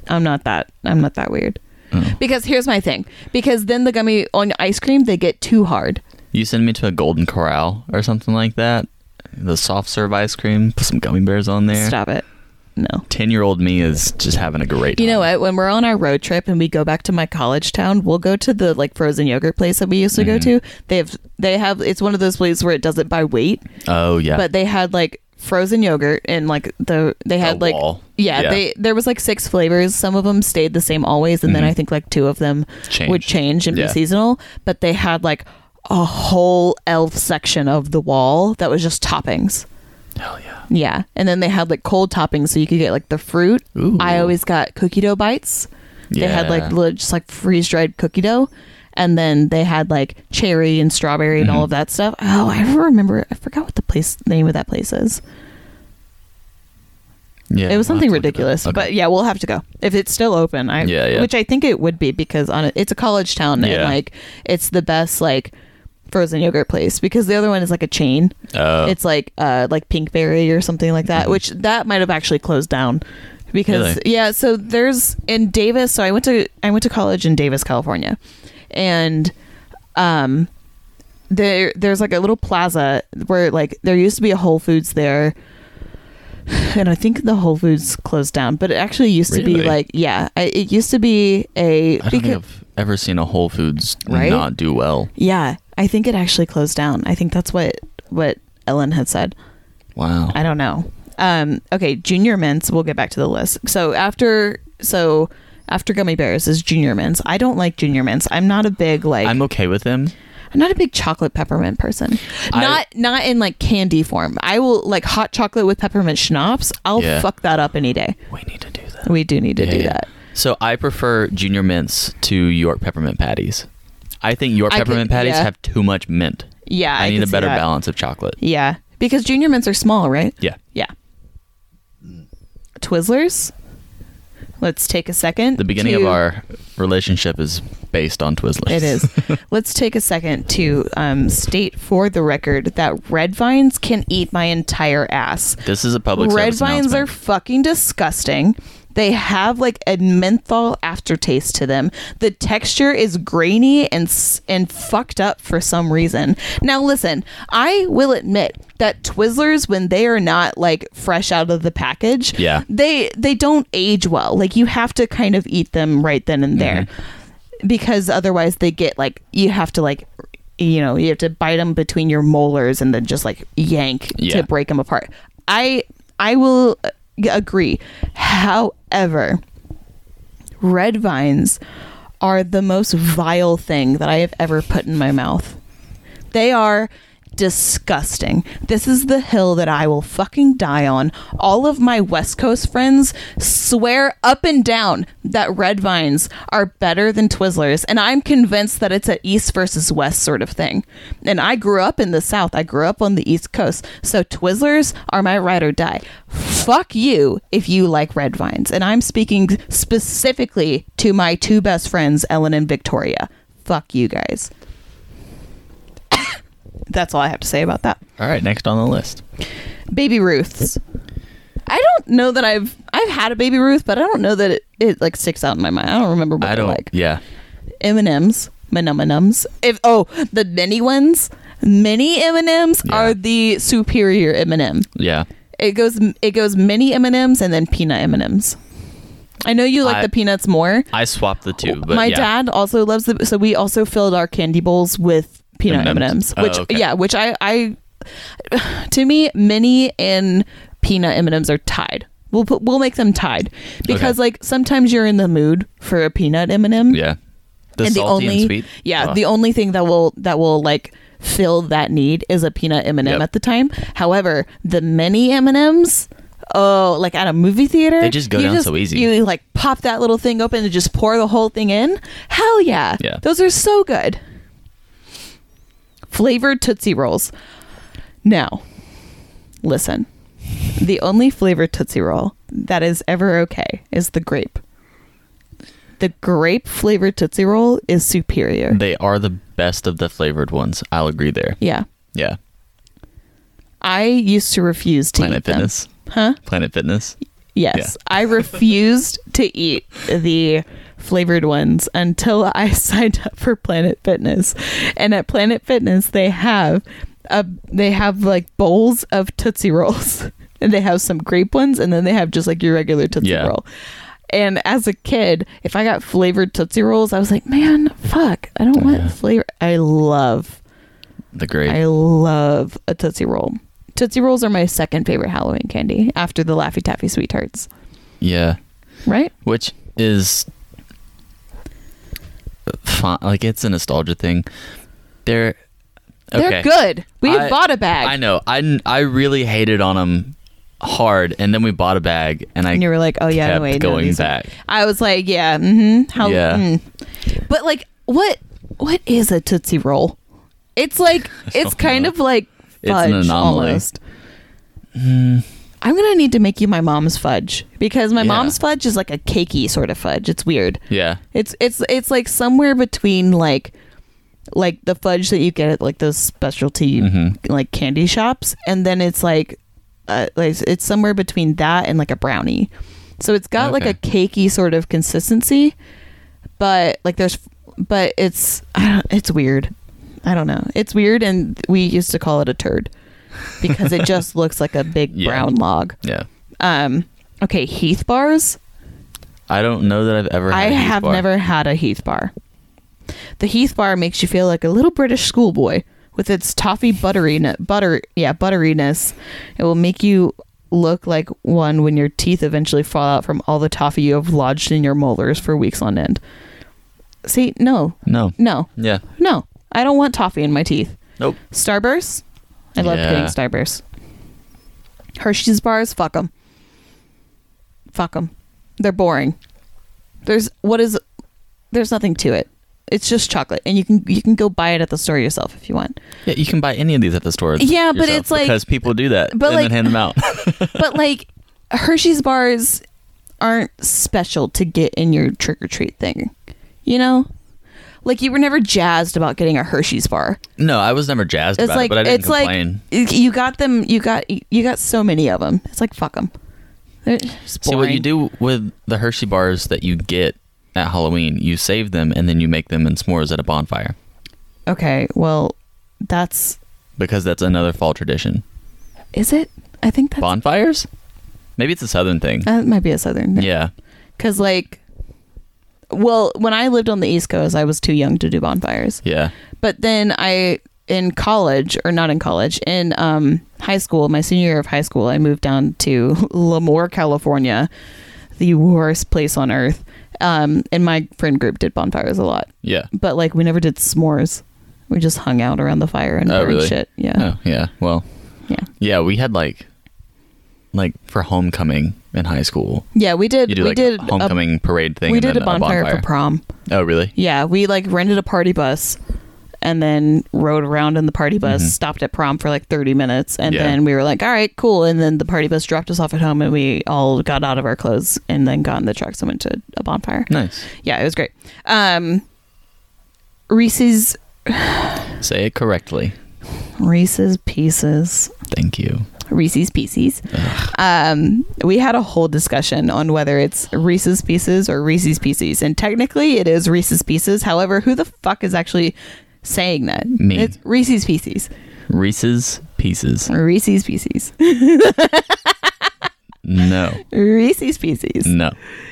S1: I'm not that. I'm not that weird.
S2: Oh.
S1: Because here's my thing. Because then the gummy on ice cream they get too hard.
S2: You send me to a Golden Corral or something like that. The soft serve ice cream, put some gummy bears on there.
S1: Stop it. No.
S2: Ten year old me is just having a great time.
S1: You know what? When we're on our road trip and we go back to my college town, we'll go to the like frozen yogurt place that we used to go
S2: Mm-hmm.
S1: to. They have they have it's one of those places where it does it by weight,
S2: Oh yeah.
S1: but they had like frozen yogurt and like the they had like
S2: wall.
S1: Yeah,
S2: Yeah.
S1: they there was like six flavors. Some of them stayed the same always, and then I think like two of them would
S2: Mm-hmm. Changed.
S1: change and
S2: Yeah.
S1: be seasonal. But they had like a whole elf section of the wall that was just toppings.
S2: Hell yeah.
S1: Yeah. And then they had like cold toppings so you could get like the fruit.
S2: Ooh.
S1: I always got cookie dough bites. They had like
S2: Yeah.
S1: little, just like freeze dried cookie dough. And then they had like cherry and strawberry
S2: Mm-hmm.
S1: and all of that stuff. Oh, I remember. I forgot what the place the name of that place is.
S2: Yeah.
S1: it was
S2: we'll have
S1: something
S2: to look at
S1: ridiculous.
S2: that. Okay.
S1: But yeah, we'll have to go if it's still open. I,
S2: Yeah, yeah.
S1: Which I think it would be because on a, it's a college town and
S2: Yeah.
S1: like it's the best like frozen yogurt place because the other one is like a chain.
S2: Oh.
S1: it's like uh like pinkberry or something like that which that might have actually closed down because
S2: Mm-hmm. Really?
S1: yeah so there's in davis so i went to i went to college in davis california and um there there's like a little plaza where like there used to be a whole foods there and i think the whole foods closed down but it actually used to be
S2: Really?
S1: like yeah I, it used to be a
S2: I don't think I've ever seen a Whole Foods
S1: Right?
S2: not do well.
S1: yeah i think it actually closed down i think that's what what ellen had said
S2: Wow.
S1: I don't know. Um, okay, junior mints. We'll get back to the list. So after, so after gummy bears is junior mints. I don't like junior mints. I'm not a big like.
S2: I'm
S1: I'm,
S2: okay with them.
S1: not a big chocolate peppermint person.
S2: I-
S1: not not in like candy form. I will like hot chocolate with peppermint schnapps. I'll
S2: Yeah.
S1: fuck that up any day.
S2: We need to do that.
S1: We do need to do that.
S2: So I prefer junior mints to York peppermint patties. I think York
S1: I could-
S2: peppermint patties
S1: yeah.
S2: have too much mint.
S1: Yeah,
S2: I,
S1: I
S2: need
S1: can
S2: a
S1: see
S2: better
S1: that.
S2: balance of chocolate.
S1: Yeah, because junior mints are small, right?
S2: Yeah.
S1: Yeah. Twizzlers. Let's take a second.
S2: The beginning of
S1: to-
S2: our relationship is based on Twizzlers.
S1: It is. Let's take a second to um, state for the record that red vines can eat my entire ass.
S2: This is a public
S1: Red
S2: service
S1: vines are
S2: announcement.
S1: fucking disgusting. They have like a menthol aftertaste to them. The texture is grainy and s- and fucked up for some reason. Now listen, I will admit that Twizzlers when they are not like fresh out of the package,
S2: Yeah.
S1: they they don't age well. Like you have to kind of eat them right then and there because otherwise they get like you have to like you know you have to bite them between your molars and then just like yank
S2: Yeah.
S1: to break them apart i i will uh, g- agree however red vines are the most vile thing that i have ever put in my mouth they are disgusting. This is the hill that I will fucking die on. All of my West Coast friends swear up and down that red vines are better than Twizzlers, and I'm convinced that it's an East versus West sort of thing. And I grew up in the South, I grew up on the East Coast, so Twizzlers are my ride or die. Fuck you if you like red vines. And I'm speaking specifically to my two best friends, Ellen and Victoria. Fuck you guys that's all I have to say about that.
S2: All right, next on the list.
S1: Baby Ruth's. I don't know that I've I've had a Baby Ruth, but I don't know that it, it like sticks out in my mind. I don't remember what
S2: I
S1: I
S2: don't.
S1: like.
S2: Yeah.
S1: M and M's, M M's. If oh the mini ones, mini M and M's
S2: Yeah.
S1: are the superior M and M.
S2: Yeah.
S1: It goes it goes mini M and M's and then peanut M and M's. I know you like
S2: I-
S1: the peanuts more.
S2: I swapped the two, but
S1: my
S2: yeah.
S1: dad also loves the so we also filled our candy bowls with peanut
S2: M&Ms.
S1: m&ms
S2: Oh,
S1: which
S2: okay.
S1: yeah which i i to me mini and peanut m&ms are tied we'll put we'll make them tied because
S2: Okay.
S1: like sometimes you're in the mood for a peanut m&m
S2: Yeah. The salty and sweet.
S1: yeah
S2: Oh.
S1: the only thing that will that will like fill that need is a peanut m&m
S2: Yep.
S1: at the time however the mini m&ms oh like at a movie theater
S2: They just go
S1: you
S2: down so easy.
S1: you like pop that little thing open and just pour the whole thing in hell yeah
S2: Yeah.
S1: those are so good flavored tootsie rolls now listen the only flavored tootsie roll that is ever okay is the grape the grape flavored tootsie roll is superior.
S2: they are the best of the flavored ones. I'll agree there.
S1: yeah,
S2: Yeah.
S1: I used to refuse to
S2: Planet
S1: eat them.
S2: Fitness.
S1: Huh?
S2: Planet Fitness.
S1: Yes, I refused to eat the flavored ones until I signed up for Planet Fitness. And at Planet Fitness, they have a they have like bowls of tootsie rolls, and they have some grape ones, and then they have just like your regular tootsie
S2: Yeah.
S1: roll. And as a kid, if I got flavored tootsie rolls, I was like, man, fuck, I don't
S2: Yeah.
S1: want flavor. I love
S2: The grape.
S1: I love a Tootsie Roll. Tootsie Rolls are my second favorite Halloween candy after the Laffy Taffy Sweet Tarts,
S2: yeah.
S1: right?
S2: Which is fine. Like it's a nostalgia thing. They're okay.
S1: They're good. We
S2: I-
S1: bought a bag.
S2: I know. I I really hated on them hard, and then we bought a bag, and I
S1: And you were like, oh, yeah,
S2: kept
S1: no, wait, no,
S2: going
S1: these are-
S2: back.
S1: I was like, yeah, mm hmm. How,
S2: Yeah.
S1: mm. But like, what, what is a Tootsie Roll? It's like, it's kind of like
S2: It's an
S1: fudge
S2: anomaly. Hmm.
S1: almost. I'm going to need to make you my mom's fudge because my
S2: Yeah.
S1: mom's fudge is like a cakey sort of fudge. It's weird.
S2: Yeah,
S1: It's it's it's like somewhere between like like the fudge that you get at like those specialty
S2: Mhm.
S1: like candy shops, and then it's like uh, like it's somewhere between that and like a brownie. So it's got like a cakey sort of consistency, but like there's but it's I don't, it's weird. I don't know. It's weird, and we used to call it a turd because it just looks like a big
S2: Yeah.
S1: brown log.
S2: yeah.
S1: Um. Okay, Heath bars.
S2: I don't know that I've ever. Had
S1: I
S2: a Heath
S1: have
S2: bar.
S1: never had a Heath bar. The Heath bar makes you feel like a little British schoolboy with its toffee butteriness. Butter, yeah, butteriness. It will make you look like one when your teeth eventually fall out from all the toffee you have lodged in your molars for weeks on end. See, no,
S2: No.
S1: no,
S2: Yeah.
S1: no. I don't want toffee in my teeth.
S2: Nope.
S1: Starburst. I love
S2: Yeah.
S1: getting Starburst. Hershey's bars, fuck them. Fuck them. They're boring. There's what is there's nothing to it. It's just chocolate and you can you can go buy it at the store yourself if you want.
S2: Yeah, you can buy any of these at the store.
S1: Yeah, but
S2: yourself
S1: it's like-
S2: because people do that,
S1: but
S2: and
S1: like-
S2: then hand them out.
S1: But like Hershey's bars aren't special to get in your trick or treat thing. You know? Like you were never jazzed about getting a Hershey's bar.
S2: no, I was never jazzed
S1: it's
S2: about
S1: like
S2: it, but I didn't
S1: it's
S2: complain.
S1: like you got them you got you got so many of them it's like fuck them
S2: See what you do with the Hershey bars that you get at Halloween, you save them and then you make them in s'mores at a bonfire
S1: okay well that's
S2: because that's another fall tradition.
S1: is it i think that's
S2: Bonfires? Maybe it's a southern thing.
S1: that might be a southern thing
S2: yeah.
S1: because like well when i lived on the east coast i was too young to do bonfires
S2: Yeah.
S1: but then i in college or not in college in um, high school my senior year of high school i moved down to lemoore california the worst place on earth um, and my friend group did bonfires a lot
S2: Yeah.
S1: but like we never did s'mores. We just hung out around the fire and
S2: Oh,
S1: burned
S2: really?
S1: shit. Yeah.
S2: Oh, yeah. Well,
S1: Yeah.
S2: yeah, we had like, like for homecoming in high school,
S1: Yeah, we did
S2: you do
S1: we
S2: like
S1: did
S2: a
S1: a-
S2: homecoming parade thing.
S1: we
S2: and
S1: did
S2: then
S1: a bonfire, for prom.
S2: Oh, really?
S1: Yeah, we like rented a party bus and then rode around in the party bus, stopped at prom for like 30 minutes and
S2: Mm-hmm. Yeah.
S1: then we were like, "All right, cool." And then the party bus dropped us off at home and we all got out of our clothes and then got in the trucks and went to a bonfire.
S2: Nice.
S1: Yeah, it was great. Um Reese's
S2: Say it correctly.
S1: Reese's pieces.
S2: Thank you.
S1: Reese's Pieces. Um, we had a whole discussion on whether it's Reese's Pieces or Reese's Pieces, and technically it is Reese's Pieces. However, who the fuck is actually saying that?
S2: Me.
S1: It's Reese's Pieces.
S2: Reese's Pieces.
S1: Reese's Pieces.
S2: No,
S1: Reese's Pieces.
S2: no,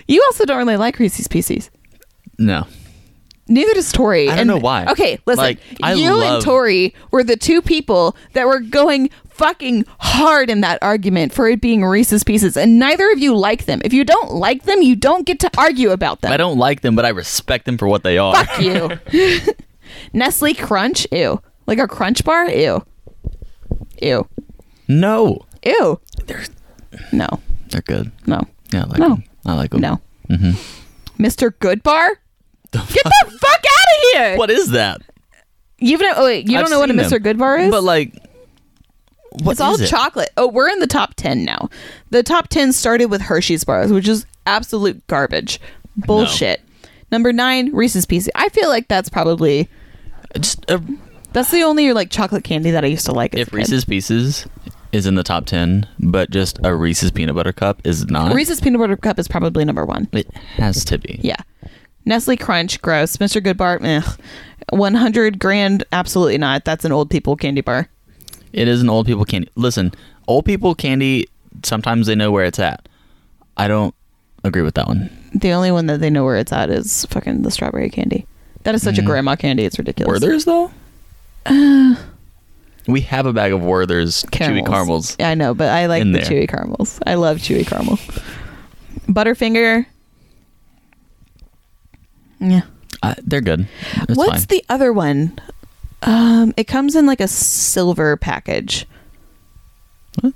S1: You also don't really like Reese's Pieces.
S2: no.
S1: Neither does Tori.
S2: I don't know why.
S1: Okay, listen.
S2: Like, I
S1: you and
S2: love-
S1: Tori were the two people that were going fucking hard in that argument for it being Reese's Pieces, and neither of you like them. If you don't like them, you don't get to argue about them.
S2: I don't like them, but I respect them for what they are.
S1: Fuck you. Nestle Crunch, ew. Like a crunch bar, ew. Ew.
S2: No,
S1: Ew. No,
S2: they're good.
S1: no,
S2: Yeah, I like
S1: No.
S2: them. I like them.
S1: no.
S2: Mm-hmm.
S1: Mr. Good Bar? Get the fuck out of here!
S2: What is that?
S1: You've no, oh, wait, you
S2: I've
S1: don't know what a
S2: seen
S1: Mr.
S2: them.
S1: Good Bar is?
S2: But like, what
S1: it's all
S2: is it?
S1: chocolate. Oh, we're in the top 10 now. The top 10 started with Hershey's bars, which is absolute garbage. Bullshit. Number nine, Reese's Pieces. I feel like that's probably,
S2: Just uh,
S1: that's the only like chocolate candy that I used to like. as a
S2: if
S1: kid.
S2: Reese's Pieces is in the top ten, but just a Reese's peanut butter cup is not.
S1: Reese's Peanut Butter Cup is probably number one.
S2: it has to be.
S1: Yeah. Nestle Crunch, gross. Mr. Goodbar, meh. 100 grand, absolutely not. That's an old people candy bar.
S2: It is an old people candy. Listen, old people candy. Sometimes they know where it's at. I don't agree with that one.
S1: The only one that they know where it's at is fucking the strawberry candy. That is such
S2: Mm-hmm.
S1: a grandma candy. It's ridiculous.
S2: Werthers though.
S1: Uh,
S2: we have a bag of Werthers chewy caramels.
S1: Yeah, I know, but I like
S2: in
S1: the
S2: there.
S1: chewy caramels. I love chewy caramel. Butterfinger. Yeah.
S2: Uh, they're good. It's
S1: What's
S2: fine.
S1: the other one? Um, it comes in like a silver package.
S2: What?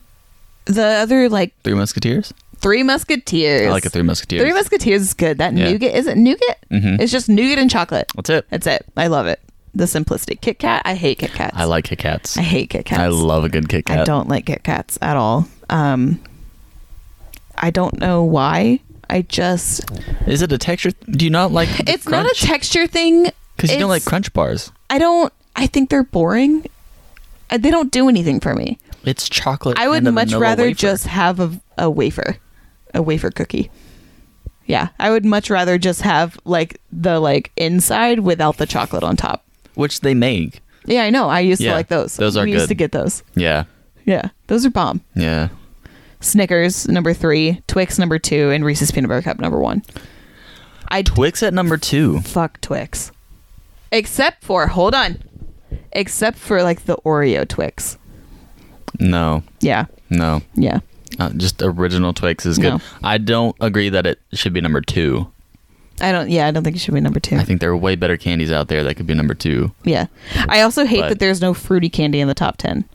S1: The other like
S2: Three Musketeers?
S1: Three Musketeers.
S2: I like a Three Musketeers.
S1: Three Musketeers is good. That
S2: Yeah.
S1: nougat is it nougat?
S2: Mhm.
S1: It's just nougat and chocolate.
S2: That's it.
S1: That's it. I love it. The simplicity. Kit Kat. I hate Kit Kats.
S2: I like Kit Kats.
S1: I hate Kit Kats.
S2: I love a good Kit Kat.
S1: I don't like Kit Kats at all. Um, I don't know why. I just
S2: Is it a texture? Do you not like?
S1: it's not a texture thing.
S2: because you don't like
S1: It's-
S2: crunch bars.
S1: I don't. I think they're boring. Uh, They don't do anything for me.
S2: It's chocolate.
S1: I would
S2: and a
S1: much
S2: vanilla
S1: rather
S2: wafer.
S1: just have a, a wafer, a wafer cookie. Yeah, I would much rather just have like the like inside without the chocolate on top.
S2: which they make.
S1: Yeah, I know. I used to
S2: Yeah,
S1: like those.
S2: those are
S1: we used
S2: good.
S1: to get those.
S2: Yeah,
S1: Yeah, those are bomb.
S2: yeah.
S1: Snickers number three, Twix number two, and Reese's peanut butter cup number one. I
S2: Twix at number two.
S1: fuck Twix, except for hold on, except for like the Oreo Twix.
S2: No,
S1: Yeah,
S2: no.
S1: yeah.
S2: Uh, just original Twix is good.
S1: No.
S2: I don't agree that it should be number two.
S1: I don't. Yeah, I don't think it should be number two.
S2: I think there are way better candies out there that could be number two.
S1: Yeah. I also hate
S2: But-
S1: that there's no fruity candy in the top 10.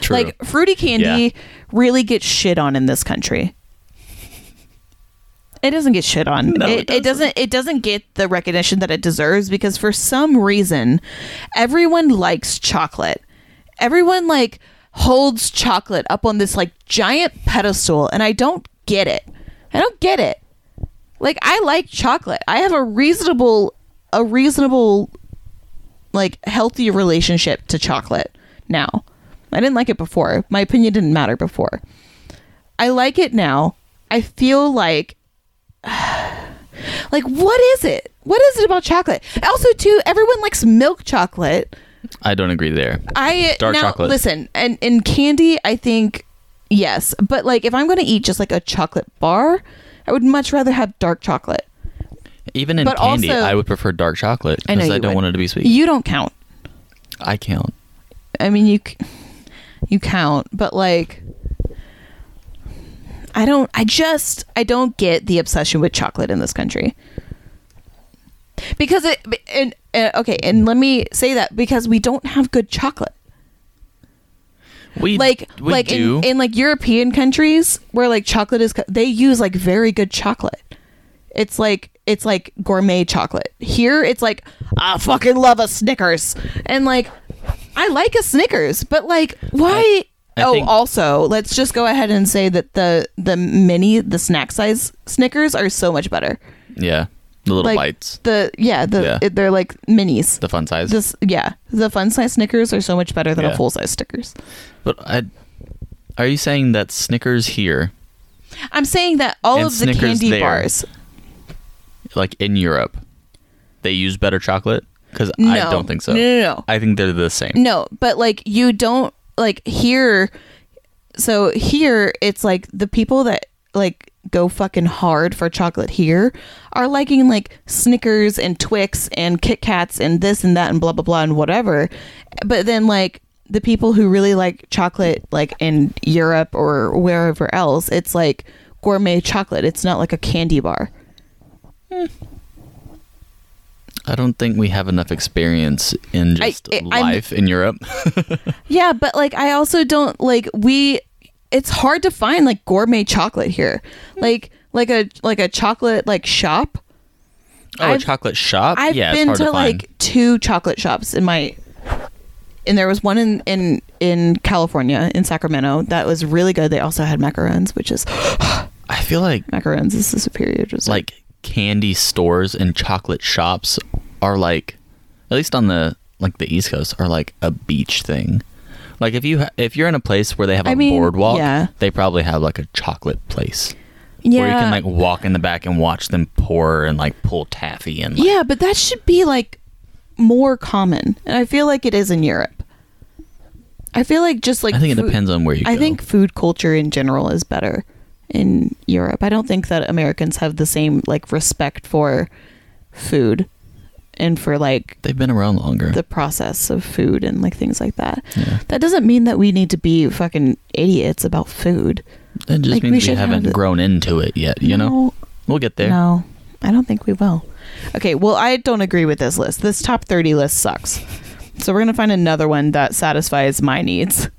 S2: True.
S1: Like, fruity candy really gets shit on in this country. It doesn't get shit on.
S2: No,
S1: it,
S2: it
S1: it doesn't. It doesn't get the recognition that it deserves because for some reason, everyone likes chocolate. Everyone like holds chocolate up on this like giant pedestal, and I don't get it. I don't get it. Like I like chocolate. I have a reasonable, a reasonable, like healthy relationship to chocolate now. I didn't like it before. My opinion didn't matter before. I like it now. I feel like like what is it? What is it about chocolate? Also too, everyone likes milk chocolate.
S2: I don't agree there.
S1: I
S2: Dark
S1: now,
S2: chocolate.
S1: Listen, and and candy, I think yes, but like if I'm going to eat just like a chocolate bar, I would much rather have dark chocolate.
S2: Even in
S1: But
S2: candy,
S1: also-
S2: I would prefer dark chocolate
S1: I know
S2: because I,
S1: you
S2: don't
S1: would.
S2: want it to be sweet.
S1: You don't count.
S2: I count.
S1: I mean, you c- you count, but like I don't I just I don't get the obsession with chocolate in this country. because it and uh, okay, and let me say that because we don't have good chocolate.
S2: We
S1: Like
S2: we
S1: like
S2: do.
S1: in, in like European countries where like chocolate is co- they use like very good chocolate. It's like it's like gourmet chocolate. Here it's like I fucking love a Snickers and like I like a Snickers, but like why
S2: I
S1: Oh,
S2: think-
S1: also, let's just go ahead and say that the the mini the snack size Snickers are so much better.
S2: yeah, the little
S1: like
S2: bites,
S1: the yeah the
S2: Yeah.
S1: It, they're like minis.
S2: the fun size.
S1: this yeah the fun size Snickers are so much better than a
S2: Yeah.
S1: full size Snickers.
S2: but I, are you saying that Snickers here,
S1: I'm saying that all
S2: And
S1: of the
S2: Snickers
S1: candy
S2: there.
S1: bars.
S2: like in Europe, they use better chocolate? Because
S1: No,
S2: I don't think so.
S1: No, no, no.
S2: I think they're the same.
S1: No, but like you don't like here. So here it's like the people that like go fucking hard for chocolate here are liking like Snickers and Twix and Kit Kats and this and that and blah blah blah and whatever. But then like the people who really like chocolate like in Europe or wherever else, it's like gourmet chocolate. It's not like a candy bar.
S2: I don't think we have enough experience in
S1: I-
S2: just
S1: I- I'm-
S2: life in Europe.
S1: Yeah, but like I also don't like we it's hard to find like gourmet chocolate here.
S2: Hmm.
S1: Like like a like a chocolate like shop.
S2: oh, a
S1: I've-
S2: chocolate shop?
S1: I've
S2: yeah,
S1: been
S2: it's
S1: to,
S2: hard to find.
S1: like two chocolate shops in my and there was one in in in California in Sacramento that was really good. They also had macarons, which is
S2: I feel like
S1: macarons is the superior dessert.
S2: like candy stores and chocolate shops are like at least on the like the east coast are like a beach thing like if you ha- if you're in a place where they have a
S1: I mean,
S2: boardwalk
S1: yeah.
S2: they probably have like a chocolate place
S1: yeah.
S2: where you can like walk in the back and watch them pour and like pull taffy and like,
S1: yeah, but that should be like more common. And I feel like it is in Europe. I feel like just like
S2: i think it
S1: food-
S2: depends on where you
S1: I
S2: go
S1: think food culture in general is better in Europe. I don't think that Americans have the same like respect for food and for like
S2: they've been around longer
S1: the process of food and like things like that.
S2: yeah.
S1: That doesn't mean that we need to be fucking idiots about food.
S2: it just
S1: like, we
S2: means we,
S1: should have
S2: haven't
S1: the-
S2: grown into it yet you know
S1: No,
S2: we'll get there
S1: No, I don't think we will. Okay, well, I don't agree with this list. This top 30 list sucks. So we're going to find another one that satisfies my needs.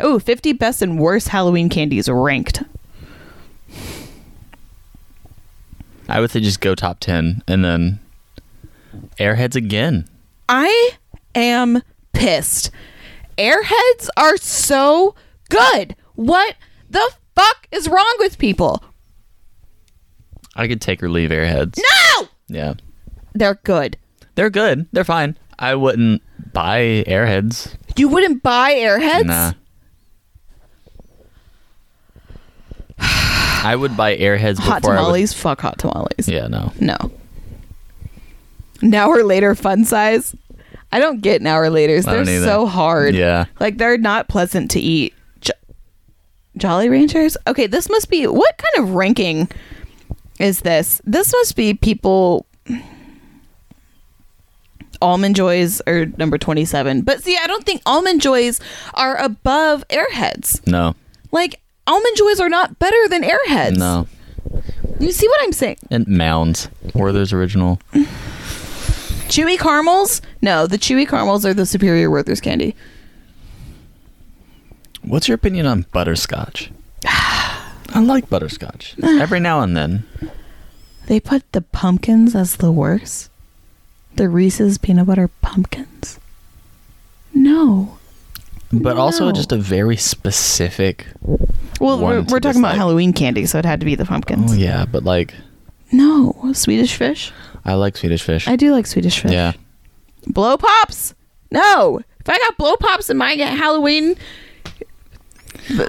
S1: Oh, 50 best and worst Halloween candies ranked.
S2: i would say just go top 10 and then airheads again
S1: I am pissed. Airheads are so good. What the fuck is wrong with people?
S2: i could take or leave airheads
S1: No!
S2: yeah
S1: They're good.
S2: They're good. They're fine. I wouldn't buy Airheads.
S1: You wouldn't buy airheads?
S2: Nah. I would buy Airheads
S1: Hot
S2: before
S1: tamales? Fuck hot tamales.
S2: I would. Yeah, no.
S1: No. An hour later fun size. I don't get an hour laters.
S2: I don't
S1: They're
S2: either.
S1: so hard.
S2: Yeah.
S1: Like they're not pleasant to eat. Jo- Jolly Ranchers? Okay, this must be what kind of ranking is this? This must be people Almond Joys are number 27. But see, I don't think Almond Joys are above Airheads.
S2: No.
S1: Like Almond Joys are not better than Airheads.
S2: No.
S1: You see what I'm saying?
S2: And Mounds. Werther's original.
S1: Chewy caramels? No, the chewy caramels are the superior Werther's candy.
S2: What's your opinion on butterscotch? I like butterscotch. Every now and then.
S1: They put the pumpkins as the worst. The Reese's peanut butter pumpkins. No.
S2: But also
S1: No.
S2: just a very specific
S1: Well,
S2: One
S1: we're,
S2: to
S1: we're talking about
S2: dislike.
S1: Halloween candy, so it had to be the pumpkins.
S2: Oh yeah, but like
S1: No, Swedish fish.
S2: I like Swedish fish.
S1: I do like Swedish fish.
S2: yeah.
S1: Blow pops. No. If I got blow pops in my Halloween,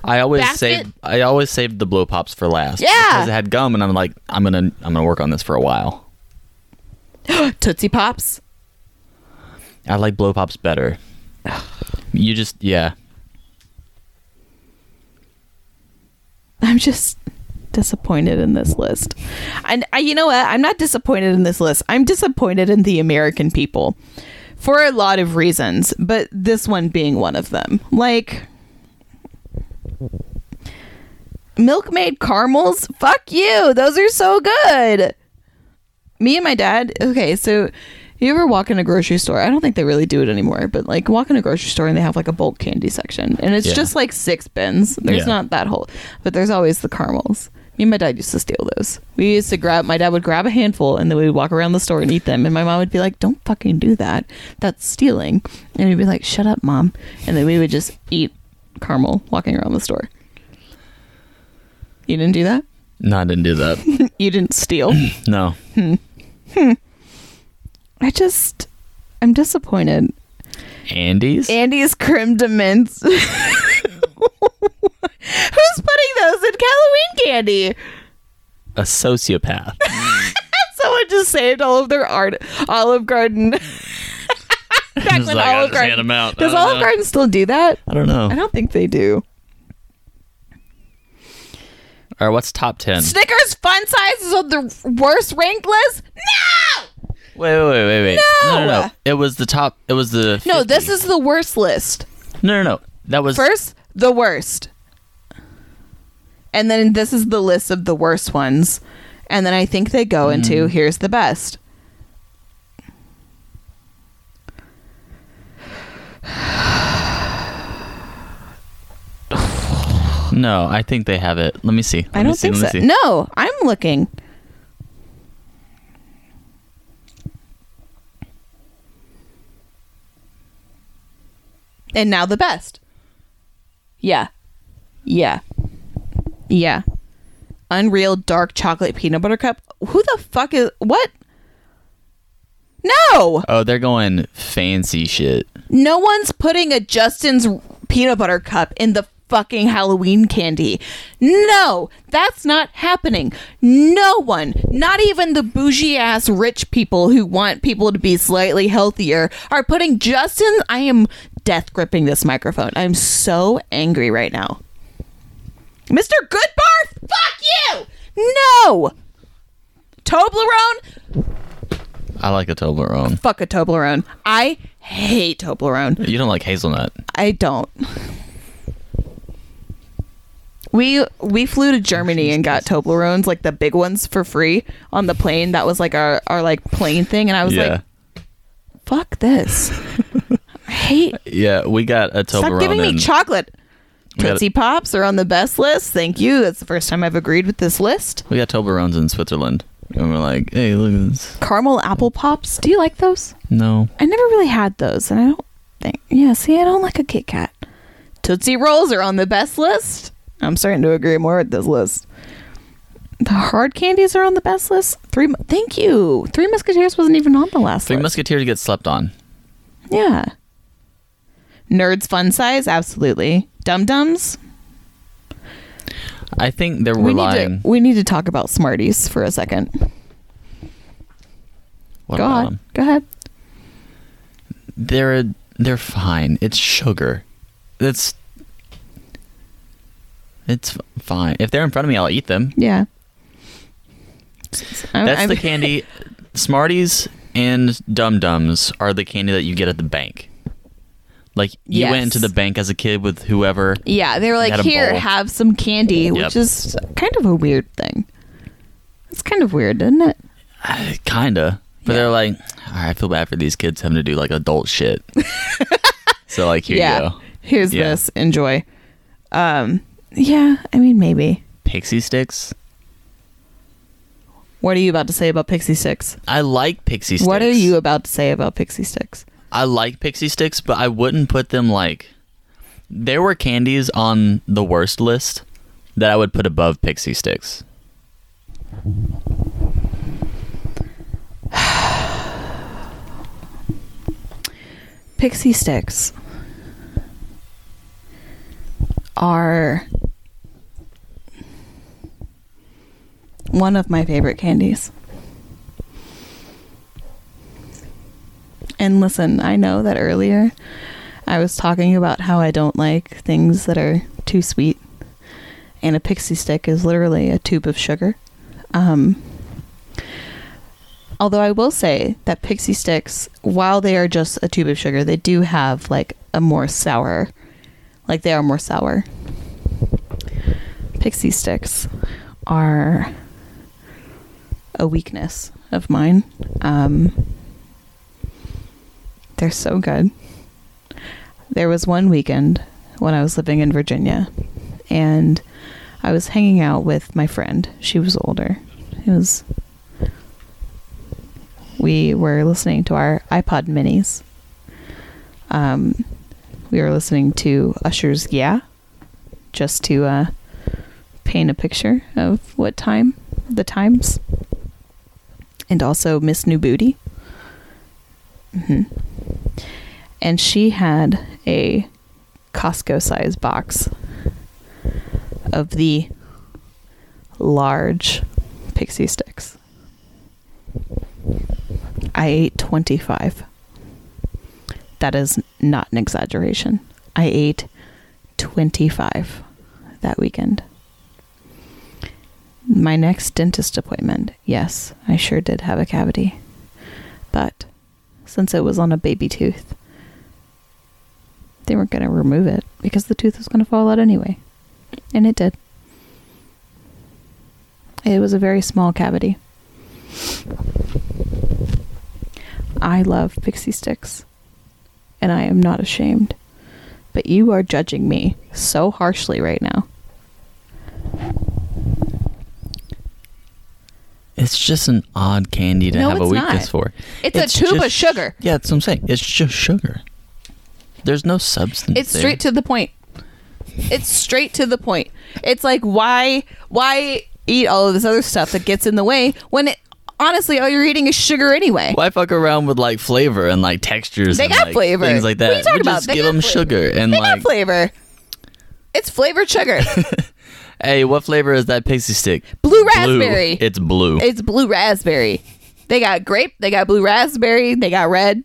S2: I always
S1: basket?
S2: save I always saved the blow pops for last.
S1: Yeah.
S2: Because it had gum and I'm like, I'm gonna I'm gonna work on this for a while.
S1: Tootsie Pops.
S2: I like blow pops better. You just yeah.
S1: I'm just disappointed in this list. And I, you know what? I'm not disappointed in this list. I'm disappointed in the American people for a lot of reasons, but this one being one of them. Like Milkmaid caramels, fuck you. Those are so good. me and my dad. Okay, so you ever walk in a grocery store? I don't think they really do it anymore, but like walk in a grocery store and they have like a bulk candy section, and it's
S2: Yeah.
S1: just like six bins. There's
S2: Yeah.
S1: not that whole, but there's always the caramels. Me and my dad used to steal those. We used to grab. My dad would grab a handful, and then we'd walk around the store and eat them. And my mom would be like, "Don't fucking do that. That's stealing." And we'd be like, "Shut up, mom." And then we would just eat caramel walking around the store. You didn't do that.
S2: No, I didn't do that.
S1: You didn't steal.
S2: no.
S1: I just, I'm disappointed.
S2: Andy's?
S1: Andy's creme de mints. Who's putting those in Halloween candy?
S2: a sociopath.
S1: Someone just saved all of their art Olive Garden. Back
S2: Just
S1: when
S2: like, I
S1: Olive
S2: just hand
S1: Garden.
S2: 'em out.
S1: Does
S2: I don't
S1: Olive
S2: know.
S1: Garden still do that?
S2: I don't know.
S1: I don't think they do.
S2: All right, what's top 10?
S1: Snickers fun size is on the worst ranked list? No!
S2: Wait, wait, wait, wait, wait. no, no.
S1: No!
S2: no. It was the top. It was the.
S1: No,
S2: 50.
S1: this is the worst list.
S2: No, no, no. That was
S1: First, the worst. And then this is the list of the worst ones. And then I think they go into
S2: Mm.
S1: here's the best.
S2: No, I think they have it. Let me see. Let
S1: I
S2: me
S1: don't
S2: see,
S1: think
S2: let
S1: so.
S2: me see.
S1: No, I'm looking. And now the best. Yeah. Yeah. Yeah. Unreal dark chocolate peanut butter cup. Who the fuck is what? No.
S2: Oh, they're going fancy shit.
S1: No one's putting a Justin's peanut butter cup in the fucking Halloween candy. No, that's not happening. No one, not even the bougie ass rich people who want people to be slightly healthier, are putting Justin. I am death gripping this microphone. I'm so angry right now. Mr. Goodbar, fuck you! No! Toblerone,
S2: I like a Toblerone.
S1: fuck a Toblerone. I hate Toblerone.
S2: You don't like hazelnut.
S1: I don't. We we flew to Germany and got Toblerones, like the big ones, for free on the plane. That was like our our like plane thing, and I was
S2: yeah.
S1: like, "Fuck this! I hate.
S2: yeah, we got a Toblerone.
S1: Stop giving me
S2: and-
S1: chocolate."
S2: We got-
S1: Tootsie Pops are on the best list. Thank you. That's the first time I've agreed with this list.
S2: we got Toblerones in Switzerland. And we're like, hey, look at this.
S1: Caramel apple pops. Do you like those?
S2: No.
S1: I never really had those, and I don't think. Yeah, see, I don't like a Kit Kat. Tootsie Rolls are on the best list. I'm starting to agree more with this list. The hard candies are on the best list. Three, Mu- thank you. Three Musketeers wasn't even on the last
S2: Three
S1: list.
S2: Musketeers get slept on.
S1: yeah. Nerds Fun Size, absolutely. Dum Dums.
S2: I think they're
S1: We need to
S2: relying.
S1: we need to talk about Smarties for a second.
S2: What
S1: Go
S2: about
S1: on,
S2: 'em?
S1: go ahead.
S2: They're they're fine. It's sugar. It's it's f- fine. If they're in front of me, I'll eat them.
S1: Yeah. I'm-
S2: That's
S1: I'm-
S2: the candy. Smarties and Dum Dums are the candy that you get at the bank. Like you
S1: Yes.
S2: went into the bank as a kid with whoever.
S1: Yeah, they were like,
S2: had a
S1: "Here,
S2: bowl."
S1: have some candy," which
S2: Yep.
S1: is kind of a weird thing. It's kind of weird, isn't it?
S2: Kinda, but
S1: Yeah.
S2: they're like, "All right, I feel bad for these kids having to do like adult shit. so like here you
S1: yeah.
S2: go,
S1: Here's
S2: Yeah.
S1: this. Enjoy. Um, yeah, I mean, maybe.
S2: pixie sticks.
S1: What are you about to say about Pixie Sticks?
S2: I like pixie sticks.
S1: What are you about to say about Pixie Sticks?
S2: I like pixie sticks, but I wouldn't put them like. There were candies on the worst list that I would put above pixie sticks.
S1: Pixie Sticks are one of my favorite candies. And listen, I know that earlier I was talking about how I don't like things that are too sweet. And a pixie stick is literally a tube of sugar. Um, although I will say that pixie sticks, while they are just a tube of sugar, they do have like a more sour, like they are more sour. Pixie sticks are a weakness of mine. Um, they're so good. There was one weekend when I was living in Virginia, and I was hanging out with my friend. She was older. It was. We were listening to our iPod minis. Um, we were listening to Usher's Yeah, just to uh, paint a picture of what time, the times, and also Miss New Booty. hmm And she had a Costco size box of the large pixie sticks. I ate 25. That is not an exaggeration. I ate 25 that weekend. My next dentist appointment, yes, I sure did have a cavity. But since it was on a baby tooth, they weren't going to remove it because the tooth was going to fall out anyway. And it did. It was a very small cavity. I love pixie sticks, and I am not ashamed. But you are judging me so harshly right now.
S2: It's just an odd candy to
S1: No,
S2: have a
S1: it's
S2: weakness
S1: not.
S2: for.
S1: It's a tube of
S2: just-
S1: sugar.
S2: Yeah, that's what I'm saying. It's just sugar. There's no substance.
S1: It's straight to the point. It's straight to the point. It's like why why eat all of this other stuff that gets in the way when it, honestly all you're eating is sugar anyway.
S2: Why fuck around with like flavor and like textures?
S1: They
S2: and,
S1: got
S2: like,
S1: flavor.
S2: Things like
S1: What
S2: that.
S1: are you talking
S2: We
S1: about?
S2: Just
S1: They
S2: give
S1: got
S2: them
S1: flavor.
S2: sugar and
S1: They
S2: like,
S1: got flavor. It's flavored sugar.
S2: hey, what flavor is that pixie stick?
S1: Blue raspberry.
S2: It's blue.
S1: it's blue raspberry. They got grape, they got blue raspberry, they got red.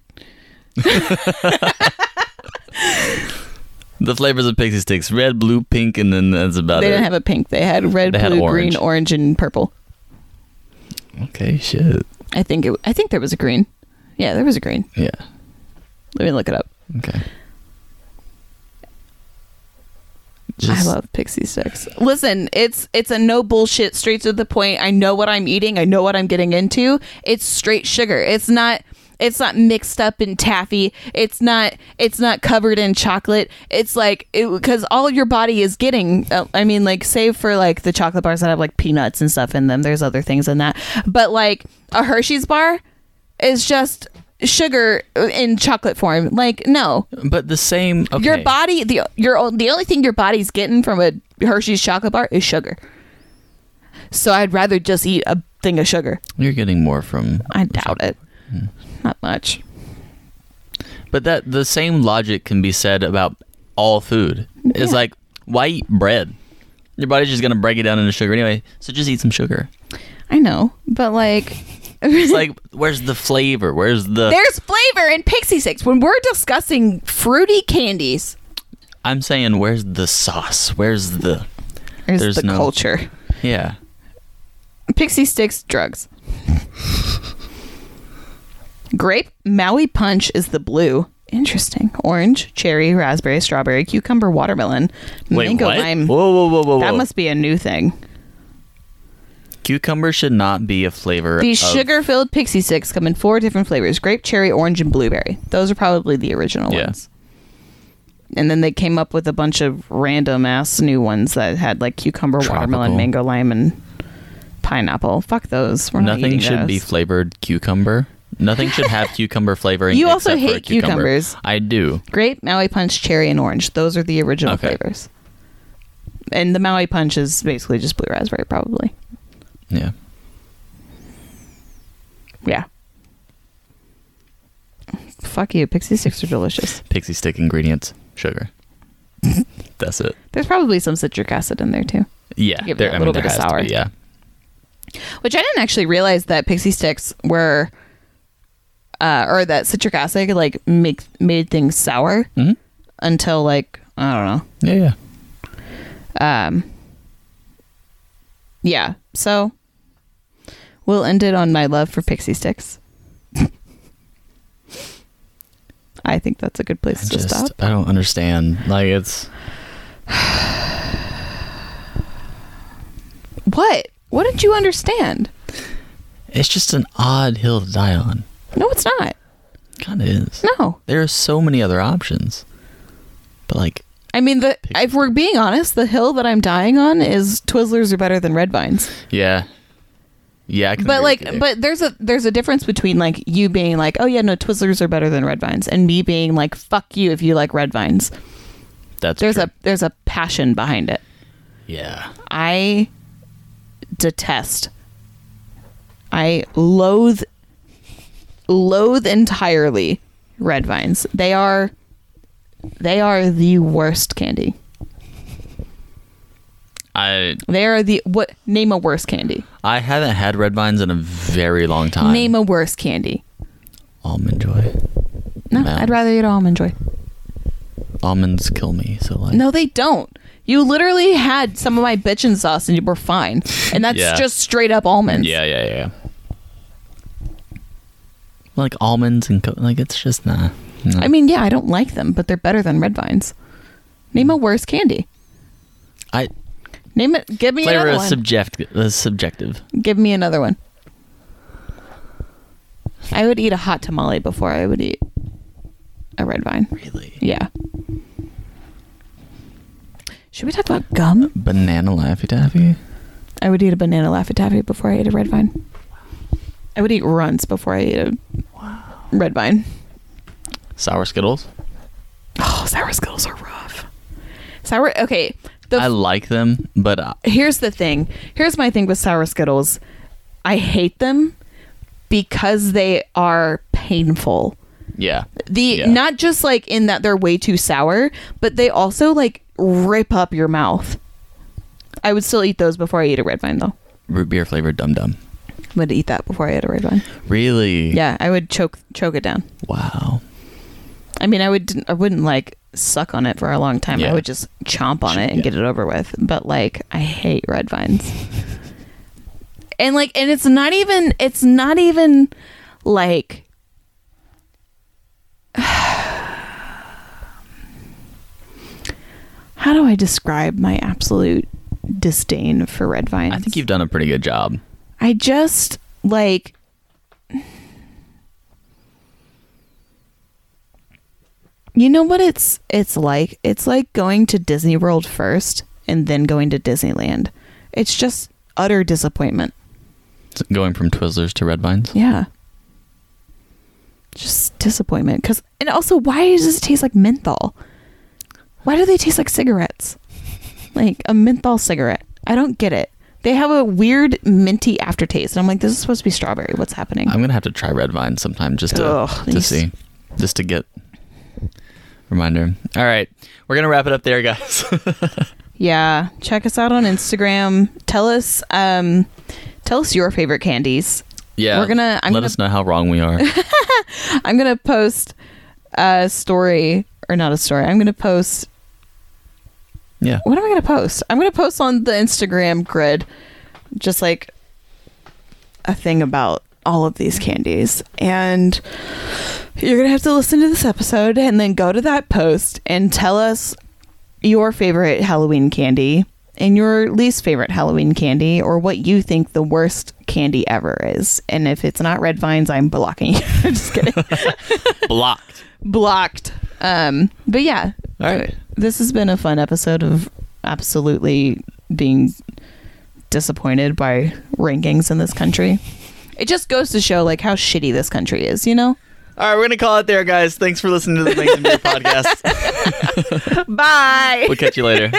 S2: the flavors of pixie sticks: red, blue, pink, and then that's about
S1: They
S2: it.
S1: didn't have a pink. They had red,
S2: They had
S1: blue,
S2: orange.
S1: green, orange and purple.
S2: okay, shit.
S1: I think it I think there was a green. Yeah, there was a green.
S2: Yeah.
S1: Let me look it up.
S2: Okay. Just,
S1: I love pixie sticks. Listen, it's it's a no bullshit, straight to the point. I know what I'm eating. I know what I'm getting into. It's straight sugar. It's not it's not mixed up in taffy. It's not it's not covered in chocolate. It's like because all your body is getting. Uh, I mean, like save for like the chocolate bars that have like peanuts and stuff in them. There's other things in that, but like a Hershey's bar is just sugar in chocolate form. Like no,
S2: but the same. Okay.
S1: your body, the your o- the only thing your body's getting from a Hershey's chocolate bar is sugar. So I'd rather just eat a thing of sugar.
S2: You're getting more from
S1: I doubt it. Not much.
S2: But that the same logic can be said about all food. It's
S1: Yeah.
S2: like why eat bread? Your body's just gonna break it down into sugar anyway, so just eat some sugar.
S1: I know, but like,
S2: It's like where's the flavor? Where's the?
S1: there's flavor in Pixie Sticks. When we're discussing fruity candies,
S2: I'm saying where's the sauce? Where's the?
S1: there's,
S2: There's
S1: the
S2: no-
S1: culture.
S2: Yeah,
S1: Pixie Sticks, drugs. Grape Maui Punch is the blue. Interesting. Orange, cherry, raspberry, strawberry, cucumber, watermelon,
S2: Wait,
S1: mango,
S2: what?
S1: lime.
S2: Whoa, whoa, whoa, whoa,
S1: That
S2: whoa!
S1: must be a new thing.
S2: Cucumber should not be a flavor.
S1: These
S2: of-
S1: sugar filled pixie sticks come in four different flavors grape, cherry, orange, and blueberry. Those are probably the original
S2: Yeah.
S1: ones. And then they came up with a bunch of random ass new ones that had like cucumber, watermelon,
S2: Tropical.
S1: mango, lime, and pineapple. Fuck those. We're not
S2: Nothing
S1: eating
S2: should be
S1: those.
S2: flavored cucumber. Nothing should have cucumber flavoring.
S1: You also
S2: except for a
S1: hate
S2: cucumber.
S1: cucumbers.
S2: I do.
S1: grape, Maui Punch, cherry, and orange. Those are the original
S2: Okay.
S1: flavors. And the Maui Punch is basically just blue raspberry, probably.
S2: Yeah.
S1: Yeah. Fuck you. Pixie sticks are delicious.
S2: Pixie stick ingredients, sugar. That's it.
S1: There's probably some citric acid in there too.
S2: Yeah,
S1: Give it a little bit of
S2: has to
S1: sour.
S2: be, yeah,
S1: Which I didn't actually realize that pixie sticks were, uh, or that citric acid like make made things sour
S2: Mhm.
S1: until like I
S2: yeah, yeah.
S1: don't know. Um, yeah. So we'll end it on my love for pixie sticks. I think that's a good place
S2: I
S1: to
S2: just
S1: stop.
S2: I don't understand. Like it's
S1: What? What did you understand?
S2: It's just an odd hill to die on.
S1: No, it's not.
S2: Kind of is.
S1: No.
S2: There are so many other options. But like,
S1: I mean, the
S2: Pick-
S1: if we're being honest, the hill that I'm dying on is Twizzlers are better than Red Vines.
S2: yeah, yeah. I can
S1: But
S2: agree with
S1: like,
S2: you there.
S1: but there's a there's a difference between like you being like, oh yeah, no, Twizzlers are better than Red Vines, and me being like, fuck you if you like Red Vines.
S2: that's
S1: There's
S2: true.
S1: a there's a passion behind it.
S2: yeah.
S1: I detest. I loathe loathe entirely red vines. They are they are the worst candy.
S2: I
S1: They are the what name a worse candy.
S2: I haven't had red vines in a very long time.
S1: Name a worse candy.
S2: almond joy.
S1: No,
S2: Wow.
S1: I'd rather eat almond joy.
S2: Almonds kill me. So like,
S1: No, they don't. You literally had some of my bitchin' sauce and you were fine. And that's
S2: Yeah.
S1: just straight up almonds.
S2: Yeah, yeah, yeah. Like almonds and co- like it's just nah. nah.
S1: I mean, yeah, I don't like them, but they're better than red vines. Name a worse candy.
S2: I
S1: Name it. Give me
S2: flavor
S1: another
S2: is
S1: one.
S2: subjective. Is subjective.
S1: Give me another one. I would eat a hot tamale before I would eat a red vine.
S2: Really.
S1: Yeah. Should we talk about gum?
S2: Banana Laffy Taffy.
S1: I would eat a banana Laffy Taffy before I ate a red vine. I would eat runts before I ate a red vine.
S2: Sour Skittles.
S1: Oh, sour Skittles are rough. Sour. Okay. The
S2: I like them, but uh,
S1: here's the thing. Here's my thing with sour Skittles. I hate them because they are painful.
S2: yeah.
S1: The
S2: Yeah.
S1: not just like in that they're way too sour, but they also like rip up your mouth. I would still eat those before I eat a red vine though.
S2: root beer flavored Dum Dum.
S1: I would eat that before I ate a red vine.
S2: Really?
S1: Yeah, I would choke choke it down.
S2: Wow.
S1: I mean, I would I wouldn't like suck on it for a long time.
S2: Yeah.
S1: I would just chomp on it and
S2: Yeah.
S1: get it over with. But like, I hate red vines. and like, and it's not even it's not even like How do I describe my absolute disdain for red vines?
S2: I think you've done a pretty good job.
S1: I just like You know what it's it's like? It's like going to Disney World first and then going to Disneyland. It's just utter disappointment.
S2: It's going from Twizzlers to Red Vines.
S1: Yeah. Just disappointment cuz and also why does it taste like menthol? Why do they taste like cigarettes? Like a menthol cigarette. I don't get it. They have a weird minty aftertaste and I'm like this is supposed to be strawberry. What's happening?
S2: I'm gonna have to try Red Vines sometime just to
S1: Ugh,
S2: to
S1: these-
S2: see, just to get reminder. All right, we're gonna wrap it up there, guys.
S1: Yeah, check us out on Instagram. Tell us um tell us your favorite candies.
S2: yeah,
S1: We're gonna- I'm
S2: let
S1: gonna-
S2: us know how wrong we are.
S1: I'm going to post a story or not a story. I'm going to post
S2: yeah,
S1: what am I going to post? I'm going to post on the Instagram grid just like a thing about all of these candies. And you're going to have to listen to this episode and then go to that post and tell us your favorite Halloween candy and your least favorite Halloween candy or what you think the worst candy ever is. And if it's not red vines, I'm blocking you. just kidding.
S2: blocked.
S1: Blocked. Um, but yeah,
S2: All right.
S1: this has been a fun episode of absolutely being disappointed by rankings in this country. It just goes to show like how shitty this country is, you know?
S2: All right, we're gonna call it there, guys. Thanks for listening to the Thanks and Beer podcast.
S1: Bye.
S2: We'll catch you later.